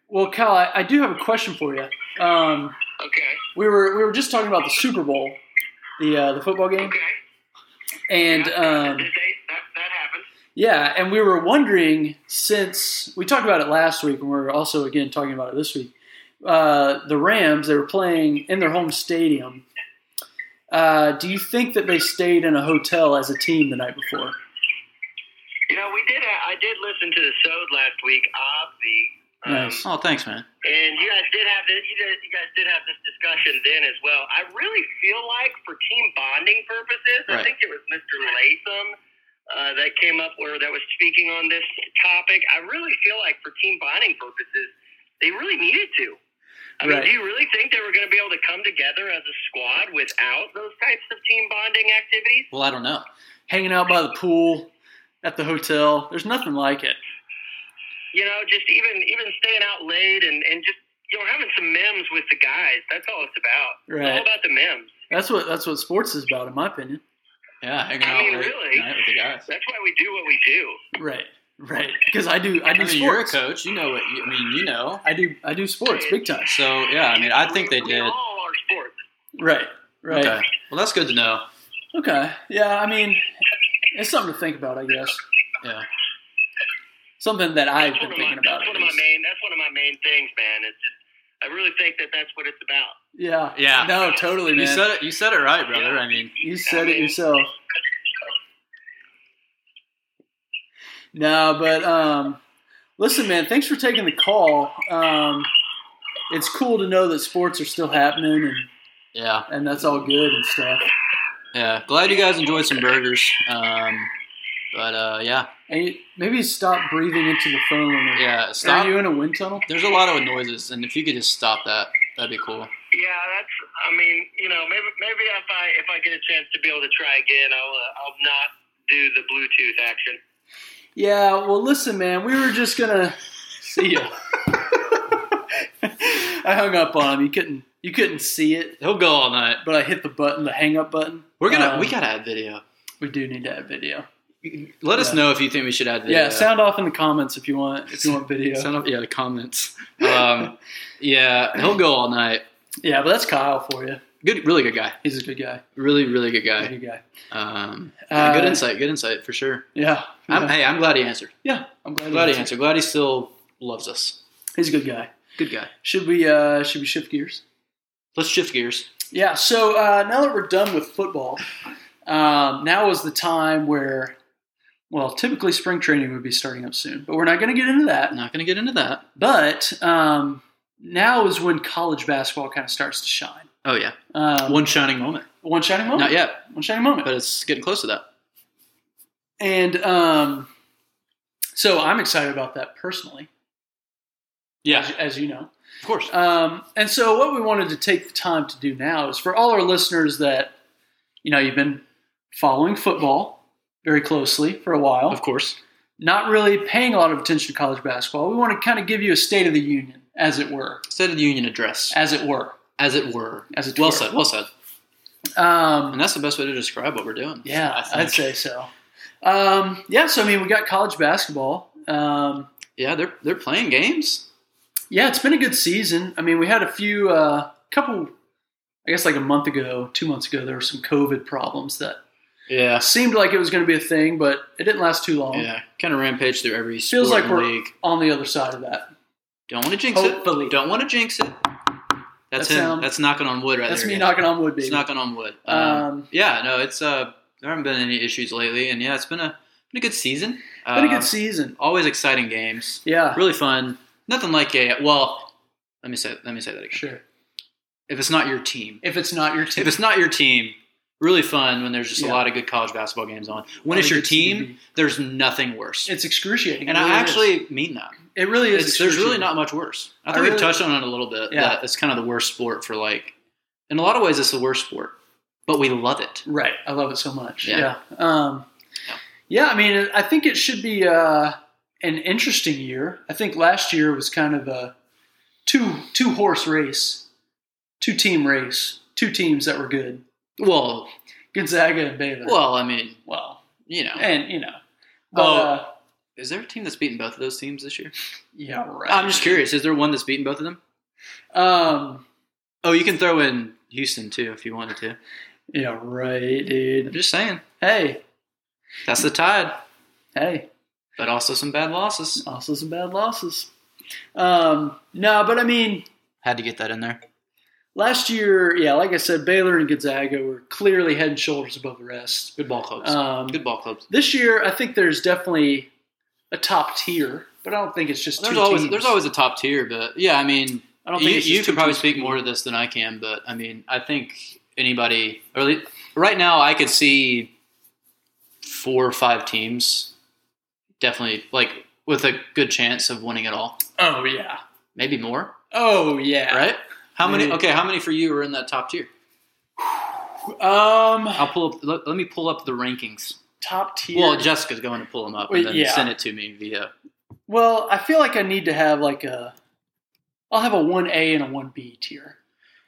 D: Well,
A: Well, Kyle, I, I do have a question for you. Um.
D: okay,
A: We were we were just talking about the Super Bowl, the uh, the football game,
D: okay,
A: and um.
D: Did they, that that happened.
A: Yeah, and we were wondering since we talked about it last week, and we're also again talking about it this week. Uh, the Rams, they were playing in their home stadium. Uh, do you think that they stayed in a hotel as a team the night before?
D: You know, we did. uh, I did listen to the sode last week, Obvi. um,
A: Nice.
B: Oh, thanks, man.
D: And you guys did have this. You guys, you guys did have this discussion then as well. I really feel like for team bonding purposes, I
B: Right.
D: think it was Mr. Latham uh, that came up or that was speaking on this topic. I really feel like for team bonding purposes, they really needed to. I mean,
A: Right.
D: do you really think they were going to be able to come together as a squad without those types of team bonding activities?
B: Well, I don't know.
A: Hanging out by the pool at the hotel. There's nothing like it.
D: You know, just even even staying out late and and just you know having some memes with the guys. That's all it's about. It's all
A: Right.
D: about the memes.
A: That's what that's what sports is about, in my opinion.
B: Yeah, hanging
D: I
B: out
D: mean,
B: late
D: really?
B: night with the guys.
D: That's why we do what we do.
A: Right. Right. Because I do I do
B: I mean, you're a
A: sports.
B: coach. You know what? You, I mean, you know.
A: I do I do sports big time.
B: So yeah, I mean, I think they
D: We
B: did.
D: all are sports.
A: Right. Right.
B: Okay. Well, that's good to know.
A: Okay. Yeah, I mean, it's something to think about, I guess.
B: Yeah.
A: Something that I've
D: That's
A: been
D: one of my,
A: thinking about. at
D: that's one of my
A: least.
D: main. That's one of my main things, man. It's just I really think that that's what it's about.
A: Yeah.
B: Yeah.
A: No, totally, man.
B: You said it. You said it right, brother. I mean,
A: You said it yourself. No, but um, listen, man. Thanks for taking the call. Um, it's cool to know that sports are still happening and,
B: yeah,
A: and that's all good and stuff.
B: yeah. Glad you guys enjoyed some burgers. Um, but uh, yeah,
A: And you- maybe stop breathing into the phone. Or,
B: yeah.
A: Are
B: Stop.
A: you in a wind tunnel?
B: There's a lot of noises, and if you could just stop that, that'd be cool.
D: Yeah, that's. I mean, you know, maybe maybe if I if I get a chance to be able to try again, I'll uh, I'll not do the Bluetooth action.
A: Yeah, well, listen, man, we were just gonna see you. I hung up on him. You couldn't, you couldn't see it,
B: He'll go all night.
A: but I hit the button, the hang up button.
B: We're gonna.
A: Um,
B: we gotta add video.
A: we do need to add video.
B: Let us
A: Yeah.
B: know if you think we should add video.
A: Yeah, sound off in the comments if you want. If you want video.
B: Sound off- yeah, the comments. Um, yeah, he'll go all night.
A: yeah, but that's Kyle for you.
B: Good, really good guy.
A: He's a good guy.
B: Really, really good
A: He's a
B: guy.
A: good guy.
B: Um, yeah, good
A: Uh,
B: insight. Good insight for sure.
A: Yeah.
B: I'm,
A: yeah.
B: hey, I'm glad he answered.
A: yeah, I'm glad,
B: I'm glad he
A: he answered.
B: answered. Glad he still loves us.
A: He's a good guy.
B: Good guy.
A: Should we? uh Should we shift gears?
B: Let's shift gears.
A: Yeah, so uh, now that we're done with football, um, now is the time where, well, typically spring training would be starting up soon, but we're not going to get into that.
B: Not going to get into that.
A: But um, now is when college basketball kind of starts to shine.
B: Oh yeah,
A: Um,
B: one shining moment.
A: one shining moment.
B: Not yet,
A: One shining moment.
B: but it's getting close to that.
A: and um, so I'm excited about that personally,
B: Yeah,
A: as, as you know.
B: of course.
A: Um, and so, what we wanted to take the time to do now is for all our listeners that, you know, you've been following football very closely for a while,
B: Of course.
A: not really paying a lot of attention to college basketball. We want to kind of give you a state of the union, as it were,
B: State of the Union address,
A: as it were,
B: as it were.
A: as it
B: Well
A: were.
B: said. Well said. And
A: Um,
B: that's the best way to describe what we're doing. I
A: yeah,
B: think.
A: I'd say so. Um, yeah, so I mean, we got college basketball. Um,
B: Yeah, they're they're playing games.
A: yeah, it's been a good season. I mean, we had a few, uh, couple I guess like a month ago, two months ago, there were some COVID problems that
B: Yeah.
A: seemed like it was going to be a thing, but it didn't last too long.
B: Yeah. Kind of rampage through every
A: Feels
B: sport
A: like
B: and
A: we're
B: league.
A: on the other side of that.
B: Don't want to jinx
A: Hopefully.
B: it. Don't want to jinx it. That's
A: That
B: him.
A: sound-
B: That's knocking on wood right
A: That's
B: there.
A: me
B: yeah.
A: knocking on wood, baby.
B: It's knocking on wood. Um,
A: Um,
B: yeah, no, it's uh, there haven't been any issues lately, and yeah, it's been a been a good season.
A: been a
B: Um,
A: good season.
B: Always exciting games.
A: Yeah,
B: Really fun. Nothing like a well. Let me say. Let me say that again.
A: sure.
B: If it's not your team,
A: If it's not your team,
B: if it's not your team, really fun when there's just
A: Yeah.
B: a lot of good college basketball games on. When
A: Not
B: it's
A: a
B: your
A: good
B: team,
A: CBB.
B: there's nothing worse.
A: it's excruciating. It
B: and
A: really
B: I
A: is.
B: actually mean that.
A: it really is.
B: It's, there's really
A: excruciating.
B: not much worse. I
A: I
B: think
A: really-
B: we've touched on it a little bit.
A: Yeah.
B: That it's kind of the worst sport for like, in a lot of ways, it's the worst sport, but we love it.
A: Right. I love it so much. Yeah.
B: Yeah.
A: Um,
B: Yeah.
A: yeah. I mean, I think it should be uh, an interesting year. I think last year was kind of a two two horse race, two team race, two teams that were good:
B: Well,
A: Gonzaga and Baylor.
B: well, I mean,
A: Well,
B: you know,
A: and you know, but,
B: Oh.
A: uh,
B: is there a team that's beaten both of those teams this year?
A: yeah, right.
B: I'm just curious. Is there one that's beaten both of them?
A: Um,
B: Oh, you can throw in Houston too if you wanted to.
A: yeah, right,
B: I'm
A: dude.
B: just saying,
A: Hey,
B: that's the tide,
A: hey.
B: but also some bad losses.
A: Also, some bad losses. Um, no, but I mean.
B: Had to get that in there.
A: Last year, yeah, like I said, Baylor and Gonzaga were clearly head and shoulders above the rest.
B: Good ball clubs.
A: Um,
B: Good ball clubs.
A: this year, I think there's definitely a top tier, but I don't think it's just
B: There's
A: two
B: always
A: teams.
B: there's always a top tier, but yeah, I mean,
A: I don't think
B: you,
A: it's
B: you
A: just two
B: could probably
A: teams.
B: speak more to this than I can, but I mean, I think anybody, or at least, right now, I could see four or five teams definitely like with a good chance of winning it all,
A: Oh yeah,
B: maybe more,
A: oh yeah.
B: right? How many?
A: Maybe.
B: Okay, how many for you are in that top tier?
A: Um,
B: I'll pull up. Let, let me pull up the rankings.
A: top tier.
B: Well, Jessica's going to pull them up
A: Wait,
B: and then
A: yeah.
B: send it to me via.
A: well, I feel like I need to have like a. I'll have a one A and a one B tier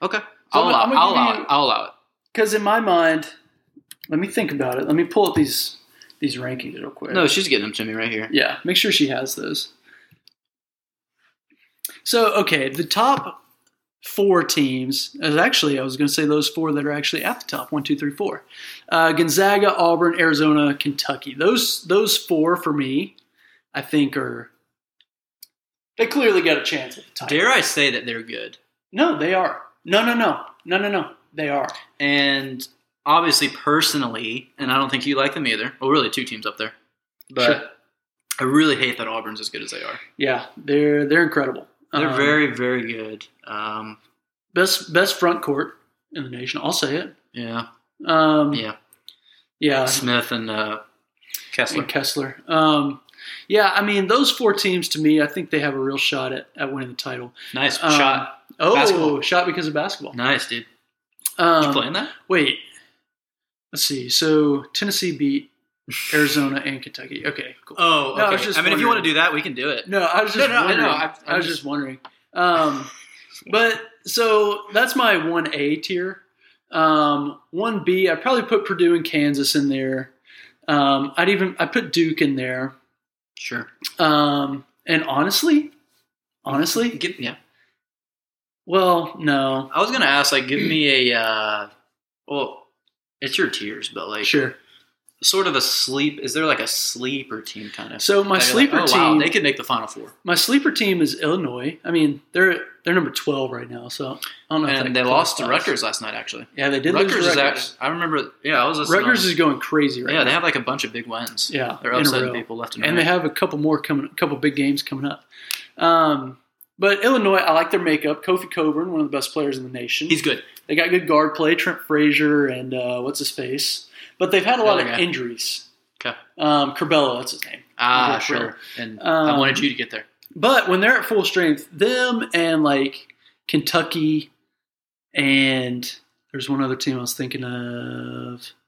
B: Okay, I'll
A: I'm
B: allow.
A: gonna- I'm
B: it. I'll
A: gonna
B: allow
A: give
B: it.
A: you-
B: I'll allow it.
A: because in my mind, let me think about it. Let me pull up these these rankings real quick.
B: No, she's getting them to me right here.
A: Yeah, make sure she has those. So, okay, the top four teams, as actually, I was going to say those four that are actually at the top one, two, three, four uh, Gonzaga, Auburn, Arizona, Kentucky. Those, those four for me, I think, are. They clearly got a chance at the title.
B: Dare I say that they're good?
A: No, they are. No, no, no. No, no, no. They are.
B: and obviously personally, and I don't think you like them either. Well, really, two teams up there, but
A: Sure.
B: I really hate that Auburn's as good as they are.
A: Yeah, they're they're incredible.
B: They're
A: Um,
B: very, very good. Um,
A: best best front court in the nation. I'll say it.
B: yeah,
A: Um,
B: yeah.
A: yeah,
B: Smith and uh, Kessler.
A: and Kessler. Um, yeah, I mean those four teams to me, I think they have a real shot at, at winning the title.
B: Nice
A: Um,
B: shot.
A: Oh,
B: Basketball.
A: shot because of basketball.
B: Nice, dude. you
A: Um,
B: playing that?
A: Wait, let's see. So Tennessee beat Arizona and Kentucky. Okay, cool.
B: Oh,
A: no, I
B: okay.
A: was just
B: I mean, if you want
A: wondering.
B: to do that, we can do it.
A: No, I was just
B: No, no, I know.
A: wondering. I,
B: I- I'm
A: was
B: just-
A: just wondering. Um, but so that's my one A tier. Um, one B, I probably put Purdue and Kansas in there. Um, I'd even I put Duke in there.
B: Sure.
A: Um, and honestly, honestly,
B: Give, yeah.
A: well, no,
B: I was gonna ask, like, give me a. Uh, well, it's your tiers, but like,
A: sure.
B: sort of a sleep. Is there like a sleeper team kind of?
A: So my
B: that you're
A: sleeper
B: like, oh,
A: team,
B: Wow, they could make the final four.
A: my sleeper team is Illinois. I mean, they're they're number twelve right now, so I don't know. if that
B: and they lost to
A: qualifies.
B: Rutgers last night. Actually,
A: Yeah, they did
B: Rutgers,
A: lose
B: is
A: to
B: actually.
A: Rutgers.
B: I remember. Yeah, I was listening.
A: Rutgers
B: on-
A: is going crazy right
B: yeah, they
A: now.
B: have like a bunch of big wins.
A: yeah,
B: they're
A: in a
B: upsetting
A: row.
B: people left and,
A: and they
B: right.
A: have a couple more coming, a couple big games coming up. Um, but Illinois, I like their makeup. Kofi Coburn, one of the best players in the nation.
B: He's good.
A: They got good guard play, Trent Frazier and uh, what's his face. But they've had a lot
B: Another
A: of
B: guy.
A: injuries.
B: Okay.
A: Um, Corbello, that's his name.
B: Ah,
A: Yeah,
B: sure.
A: sure.
B: And
A: Um,
B: I wanted you to get there.
A: But when they're at full strength, them and like Kentucky and there's one other team I was thinking of,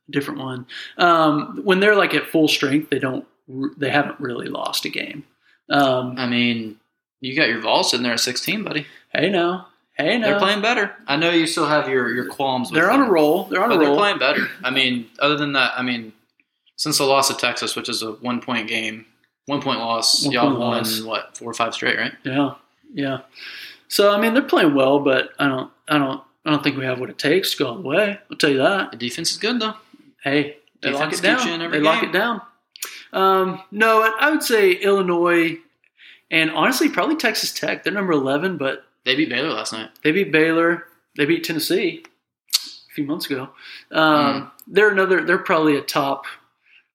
A: a different one. Um, when they're like at full strength, they don't, they haven't really lost a game. Um,
B: I mean, you got your Vols in there at sixteen, buddy.
A: hey now, hey now,
B: They're playing better. I know you still have your your qualms. With
A: They're on
B: them,
A: a roll. They're on
B: but
A: a
B: they're
A: roll.
B: playing better. I mean, other than that, I mean, since the loss of Texas, which is a one point game, one point loss,
A: One
B: y'all
A: point
B: won
A: loss.
B: what four or five straight, right?
A: Yeah, yeah. So I mean, they're playing well, but I don't, I don't, I don't think we have what it takes to go all the way. I'll tell you that.
B: The defense is good though.
A: Hey, they lock
B: Defense
A: it
B: gets you in
A: down.
B: every
A: They lock
B: game.
A: it down. Um, no, I- I would say Illinois, and honestly, probably Texas Tech. They're number eleven, but
B: They beat Baylor last night.
A: They beat Baylor. They beat Tennessee a few months ago. Um,
B: Hmm.
A: They're another. They're probably a top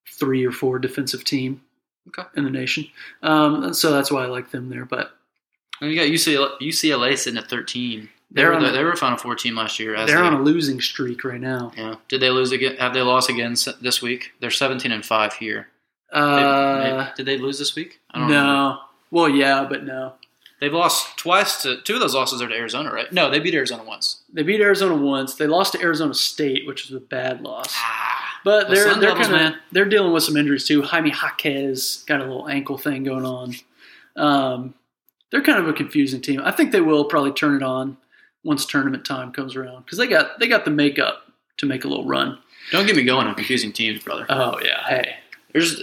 A: three or four defensive team
B: Okay.
A: in the nation. Um, and so that's why I like them there. But
B: And you got UCLA, UCLA sitting at thirteen. They
A: They're
B: were
A: on
B: the,
A: a-
B: they were a Final Four team last year. As
A: they're
B: they-
A: on a losing streak right now.
B: yeah. Did they lose again? Have they lost again s- this week? They're seventeen and five here. They-
A: Uh,
B: they- did they lose this week? I
A: no.
B: don't know.
A: Well, yeah, but no.
B: They've lost twice. To, two of those losses are to Arizona, right? No, they beat Arizona once.
A: They beat Arizona once. They lost to Arizona State, which was a bad loss.
B: Ah,
A: But
B: The
A: they're
B: Sun
A: they're
B: Devils,
A: kind of
B: man.
A: they're dealing with some injuries too. Jaime Jaquez got a little ankle thing going on. Um, they're kind of a confusing team. I think they will probably turn it on once tournament time comes around because they got they got the makeup to make a little run.
B: don't get me going on confusing teams, brother.
A: Oh yeah, hey
B: There's,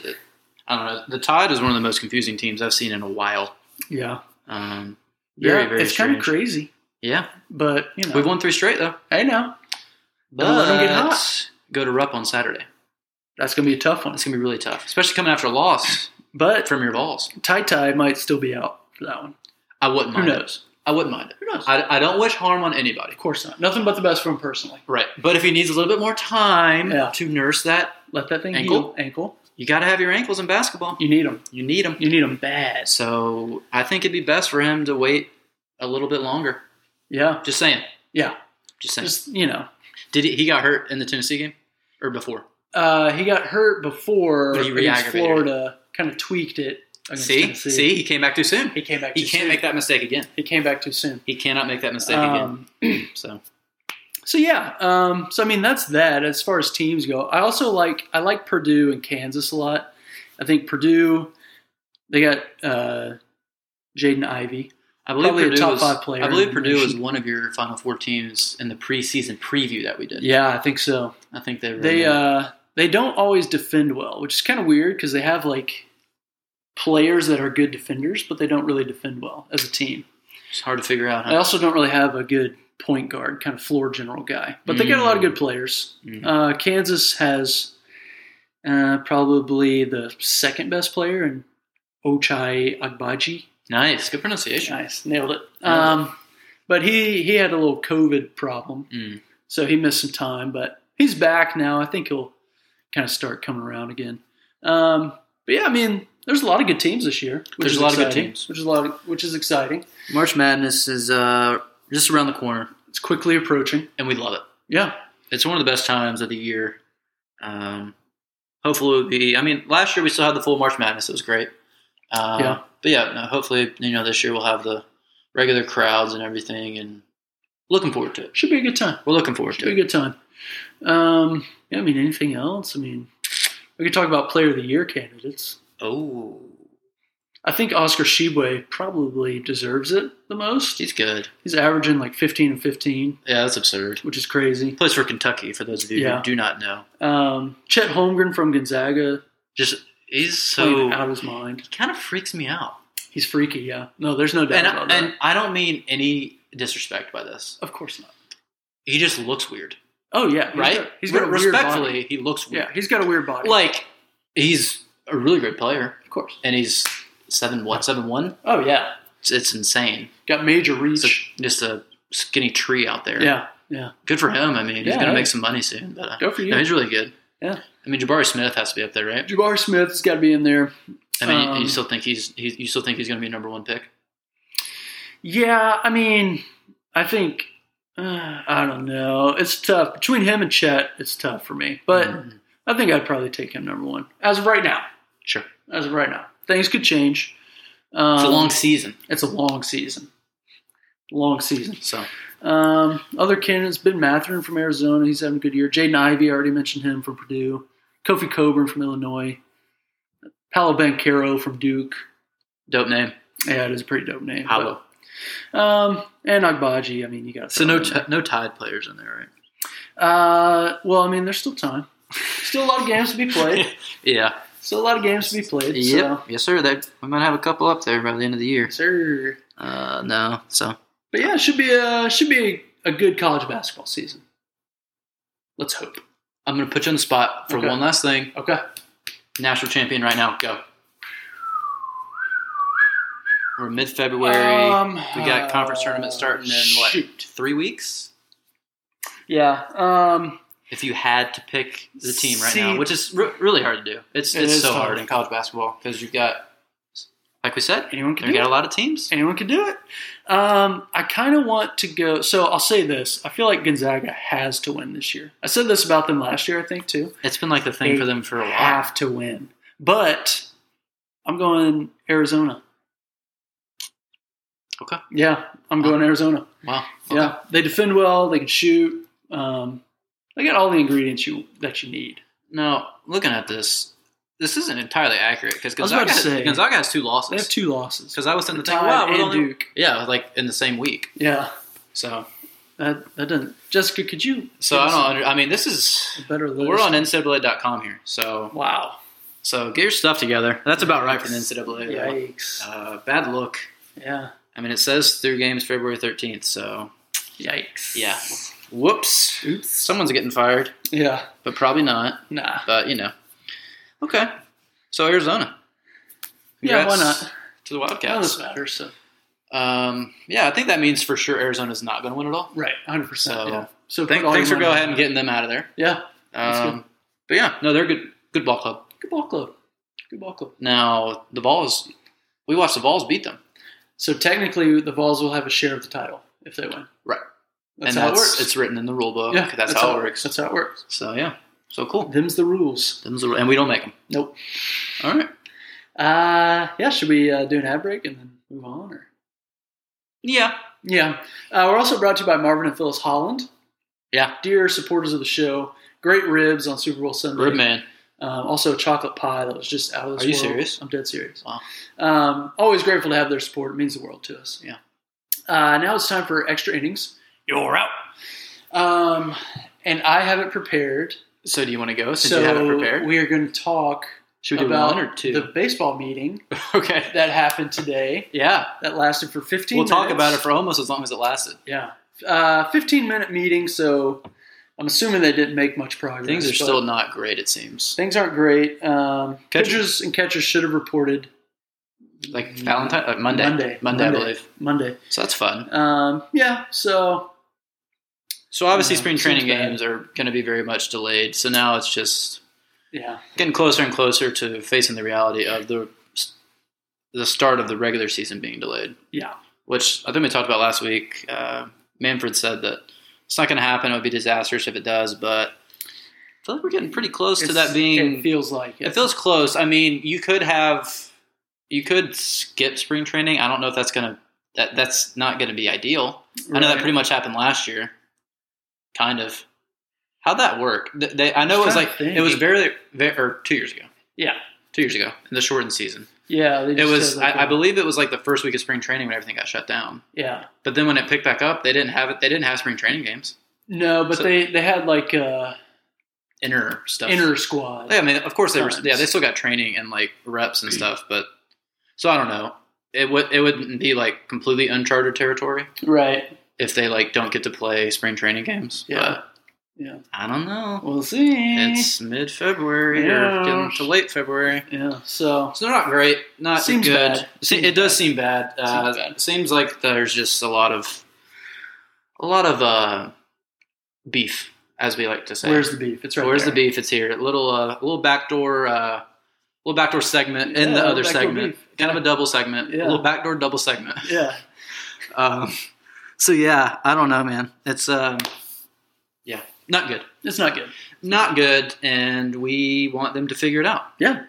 B: I don't know. The Tide is one of the most confusing teams I've seen in a while.
A: yeah
B: Um, very
A: yeah.
B: very
A: it's kind
B: strange.
A: of crazy,
B: Yeah,
A: but you know
B: we've won three straight though.
A: hey now
B: But
A: Don't let 'em get hot.
B: Go to Rupp on Saturday.
A: that's gonna be a tough one.
B: That's gonna be really tough, especially coming after a loss
A: But
B: from your balls.
A: Tai Tai might still be out for that one.
B: I wouldn't
A: Who
B: mind. It.
A: knows?
B: I wouldn't mind it.
A: Who knows?
B: I, I don't wish harm on anybody.
A: Of course not. Nothing but the best for him personally.
B: Right, but if he needs a little bit more time
A: Yeah.
B: to nurse that,
A: Let that thing
B: Ankle?
A: heal. Ankle.
B: you got to have your ankles in basketball.
A: You need him.
B: You need them.
A: You need him bad.
B: So I think it'd be best for him to wait a little bit longer.
A: Yeah.
B: Just saying.
A: Yeah.
B: Just saying.
A: Just you know,
B: Did he, he got hurt in the Tennessee game or before?
A: Uh, he got hurt before
B: But he
A: against
B: re-aggravated
A: Florida. Kind of tweaked it. Against
B: See,
A: Tennessee.
B: see, he came back too soon.
A: he came back.
B: He
A: too
B: can't
A: soon.
B: make that mistake again.
A: He came back too soon.
B: He cannot make that mistake
A: Um,
B: again. So
A: so yeah. Um, so I mean, that's that as far as teams go. I also like I like Purdue and Kansas a lot. I think Purdue, they got uh, Jaden Ivey.
B: I believe
A: Probably a
B: Purdue
A: top
B: was,
A: five player
B: I
A: in
B: believe
A: the
B: Purdue was
A: nation.
B: one of your Final Four teams in the preseason preview that we did.
A: Yeah, I think so.
B: I think they were
A: They
B: in there.
A: uh, they don't always defend well, which is kind of weird because they have like players that are good defenders, but they don't really defend well as a team.
B: it's hard to figure out.
A: I
B: Huh?
A: also don't really have a good point guard, kind of floor general guy, but they got a lot of good players.
B: Mhm.
A: Uh, Kansas has uh, probably the second best player in Ochai Agbaji.
B: Nice, good pronunciation.
A: Nice, nailed it. Um, but he he had a little COVID problem,
B: Mm.
A: so he missed some time. But he's back now. I think he'll kind of start coming around again. Um, but yeah, I mean, there's a lot of good teams this year. Which
B: There's
A: is
B: a lot of good
A: exciting,
B: teams.
A: which is a lot, of, which is exciting.
B: March Madness is uh, just around the corner,
A: It's quickly approaching.
B: and we love it.
A: Yeah,
B: It's one of the best times of the year. Um, hopefully, it'll be. I mean, last year we still had the full March Madness. It was great. Uh,
A: Yeah.
B: but yeah, no, hopefully, you know, this year we'll have the regular crowds and everything, and looking forward to it.
A: should be a good time.
B: We're looking forward
A: Should be
B: to
A: a
B: it.
A: good time. Um, yeah, I mean, anything else? I mean, we could talk about player of the year candidates.
B: Oh,
A: I think Oscar Shibwe probably deserves it the most.
B: he's good.
A: He's averaging like 15 and 15,
B: Yeah, that's absurd.
A: which is crazy.
B: plays for Kentucky. For those of you
A: Yeah.
B: who do not know,
A: Um, Chet Holmgren from Gonzaga,
B: just he's so
A: playing out of his mind.
B: he kind of freaks me out,
A: He's freaky, yeah. No, there's no doubt
B: and I,
A: about that.
B: and I don't mean any disrespect by this.
A: of course not.
B: He just looks weird,
A: Oh, yeah. he's
B: right?
A: Got, he's got a weird
B: respectfully,
A: body.
B: he looks weird.
A: Yeah, he's got a weird body.
B: Like he's a really great player,
A: of course.
B: and he's seven what seven one.
A: Oh, yeah.
B: It's, it's insane.
A: Got major
B: It's a,
A: reach.
B: just a skinny tree out there.
A: Yeah, yeah.
B: good for him. I mean, he's
A: Yeah,
B: gonna
A: hey.
B: make some money soon. But uh,
A: Go for you.
B: no, he's really good.
A: Yeah.
B: I mean, Jabari Smith has to be up there, right?
A: Jabari Smith's got to be in there.
B: I mean,
A: Um,
B: you still think he's, he's you still think he's going to be a number one pick?
A: Yeah, I mean, I think uh, I don't know. It's tough between him and Chet. It's tough for me, but
B: Mhm.
A: I think I'd probably take him number one as of right now.
B: sure,
A: As of right now, things could change. Um,
B: it's a long season.
A: It's a long season. Long season.
B: So
A: Um, other candidates: Ben Matherin from Arizona. He's having a good year. Jaden Ivey, I already mentioned him from Purdue. Kofi Coburn from Illinois. Paolo Banquero from Duke.
B: dope name.
A: Yeah, it is a pretty dope name. but-
B: Paolo.
A: Um, and Agbaji. I mean, you got
B: So no t- no tied players in there,
A: Uh, well, I mean, there's still time. Still a lot of games to be
B: right?
A: played.
B: yeah.
A: Still a lot of games to be played. So.
B: Yes, sir. They, we might have a couple up there by the end of the year.
A: Sir.
B: Uh, no. So
A: But yeah, it should be a should be a good college basketball season. Let's hope.
B: I'm going to put you on the spot for
A: Okay.
B: one last thing.
A: Okay.
B: National champion right now. Go. We're mid February.
A: Um,
B: we got conference tournament
A: uh,
B: starting in what?
A: Shoot.
B: Three weeks?
A: Yeah. Um,
B: If you had to pick the team right
A: See-
B: now, which is re- really hard to do. It's,
A: It
B: it's
A: is
B: so
A: hard.
B: hard in college basketball because you've got, like we said,
A: anyone can
B: you
A: do
B: got
A: it.
B: a lot of teams.
A: Anyone can do it. Um, I kind of want to go. So I'll say this: I feel like Gonzaga has to win this year. I said this about them last year, I think too.
B: It's been like the thing
A: They
B: for them for a while.
A: Have to win, but I'm going Arizona.
B: Okay.
A: Yeah, I'm going Arizona.
B: Wow.
A: Yeah, they defend well. They can shoot. Um, they got all the ingredients you that you need.
B: Now, looking at this, this isn't entirely accurate because
A: I was about
B: Gonzaga,
A: to
B: has-
A: say-
B: Gonzaga has two
A: They have
B: losses.
A: two losses.
B: Because I was in the,
A: The
B: thing,
A: Tide
B: wow, we're the
A: and
B: only-
A: Duke.
B: yeah, like in the same week.
A: Yeah,
B: So,
A: that that doesn't. Jessica, could you?
B: so
A: give
B: I
A: us
B: don't. Under, I mean, this is
A: a Better list.
B: we're on NCAA.com here. So,
A: Wow.
B: so get your stuff together. That's about right for the NCAA. though.
A: Yikes.
B: Uh, bad look.
A: Yeah.
B: I mean, it says through games February thirteenth. So,
A: Yikes.
B: yeah. Whoops. Oops. Someone's getting fired,
A: Yeah.
B: but probably not.
A: Nah.
B: But you know. Okay. So Arizona.
A: Yeah, why
B: Congrats
A: not?
B: To the
A: None of this
B: Wildcats.
A: matters. So.
B: Um, yeah, I think that means for sure Arizona's not going to win at all.
A: Right, 100%.
B: So,
A: yeah. so
B: Thank,
A: put all
B: thanks for
A: your
B: go
A: money
B: ahead
A: on
B: and
A: it.
B: getting them out of there.
A: Yeah, That's
B: Um, but yeah, no, they're a good. Good ball club.
A: good ball club. Good ball club.
B: Now the Vols, we watched the Vols beat them,
A: So technically, the Vols will have a share of the title if they win.
B: Right.
A: That's
B: and
A: how
B: that's
A: it works.
B: it's written in the rule book.
A: yeah,
B: that's, how, it works.
A: That's how it works.
B: So yeah, so cool.
A: Them's the rules.
B: Them's the ru- And we don't make them.
A: Nope.
B: All right.
A: Uh, yeah, should we uh, do an ad break and then move on? Or?
B: Yeah.
A: Yeah. Uh, we're also brought to you by Marvin and Phyllis Holland.
B: Yeah.
A: Dear supporters of the show, great ribs on Super Bowl Sunday.
B: Rib man.
A: Um, also, a chocolate pie that was just out of this
B: Are you
A: world.
B: serious?
A: I'm dead serious.
B: Wow.
A: Um, always grateful to have their support. It means the world to us.
B: Yeah.
A: Uh, now it's time for extra innings. You're out. Um, and I have it prepared.
B: So do you want to go since
A: so
B: you have it prepared?
A: we are going to talk
B: Should we do
A: about
B: one or two?
A: the baseball meeting
B: okay.
A: that happened today
B: Yeah.
A: that lasted for 15
B: We'll talk
A: minutes.
B: about it for almost as long as it lasted.
A: Yeah. Uh, 15 minute meeting, so I'm assuming they didn't make much progress.
B: Things are
A: but
B: still not great. It seems
A: Things aren't great. Um,
B: Catchers-
A: pitchers and catchers should have reported
B: like Valentine uh, Monday.
A: Monday.
B: Monday, I
A: Monday.
B: believe.
A: Monday.
B: So that's fun.
A: Um, yeah, so
B: So obviously,
A: Yeah,
B: spring
A: seems
B: training
A: bad.
B: games are going to be very much delayed. So now it's just
A: yeah,
B: getting closer and closer to facing the reality of the the start of the regular season being delayed,
A: yeah,
B: which I think we talked about last week. Uh, Manfred said that it's not going to happen; it would be disastrous if it does. But I feel like we're getting pretty close to
A: It's-
B: that being.
A: it feels like it.
B: it feels close. I mean, you could have you could skip spring training. I don't know if that's going to that that's not going to be ideal. I know that
A: Right.
B: pretty much happened last year, kind of. How'd that work? Th- They, I know it was
A: Just
B: like
A: trying to
B: it was
A: think.
B: very, very or two years ago.
A: Yeah.
B: two years ago in the shortened season.
A: yeah. They
B: It
A: just
B: was,
A: said, like,
B: I, I believe, it was like the first week of spring training when everything got shut down.
A: yeah,
B: But then when it picked back up, they didn't have it. They didn't have spring training games.
A: no, but
B: So-
A: they they had like uh,
B: Inner stuff. Oh,
A: inner squad.
B: Yeah, I mean, of course they were.
A: Times. Mm.
B: Yeah, they still got training and like reps and stuff. But so I don't know. It would it wouldn't be like completely uncharted territory
A: Right.
B: if they like don't get to play spring training games.
A: Yeah.
B: But
A: Yeah.
B: I don't know.
A: We'll see.
B: It's mid February
A: Eh. Yeah.
B: or getting to late February.
A: yeah. So
B: So they're not great. Not
A: Seems
B: good.
A: bad.
B: Se-
A: Seems
B: it does seem bad. Uh,
A: Seems bad.
B: Seems like there's just a lot of a lot of uh, beef, as we like to say.
A: where's the beef? It's right.
B: Where's the
A: there.
B: beef? It's here. A little uh, a little backdoor uh, little backdoor segment in
A: Yeah,
B: the
A: little
B: other
A: backdoor
B: segment.
A: beef.
B: Kind of a double segment.
A: Yeah.
B: A little backdoor double segment.
A: Yeah.
B: Um, so yeah, I don't know, man. It's um, yeah, not good.
A: It's not good.
B: Not good, and we want them to figure it out.
A: Yeah.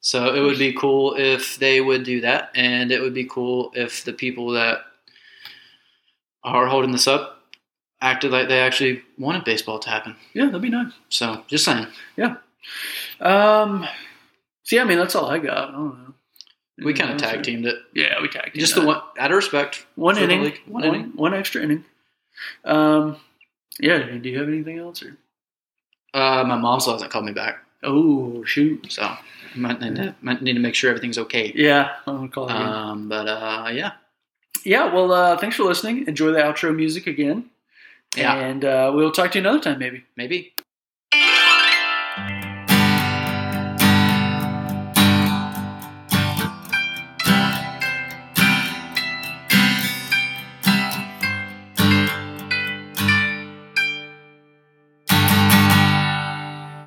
B: So it would be cool if they would do that, and it would be cool if the people that are holding this up acted like they actually wanted baseball to happen.
A: Yeah, that'd be nice.
B: So just saying,
A: Um. See, I mean, that's all I got. I don't know.
B: we kind of
A: Yeah,
B: tag
A: so-
B: teamed it.
A: Yeah, we tag team.
B: Just
A: that.
B: the one out of respect.
A: one
B: for the
A: inning,
B: league.
A: one,
B: One
A: inning, one extra inning. Um, yeah. I mean, do you have anything else? Or
B: Uh, my mom still hasn't called me back,
A: oh shoot,
B: so might need to, might need to make sure everything's okay.
A: yeah, I'm gonna call it. again.
B: Um, but uh, yeah,
A: yeah. Well, uh, thanks for listening. Enjoy the outro music again,
B: Yeah.
A: And uh, we'll talk to you another time, maybe.
B: Maybe.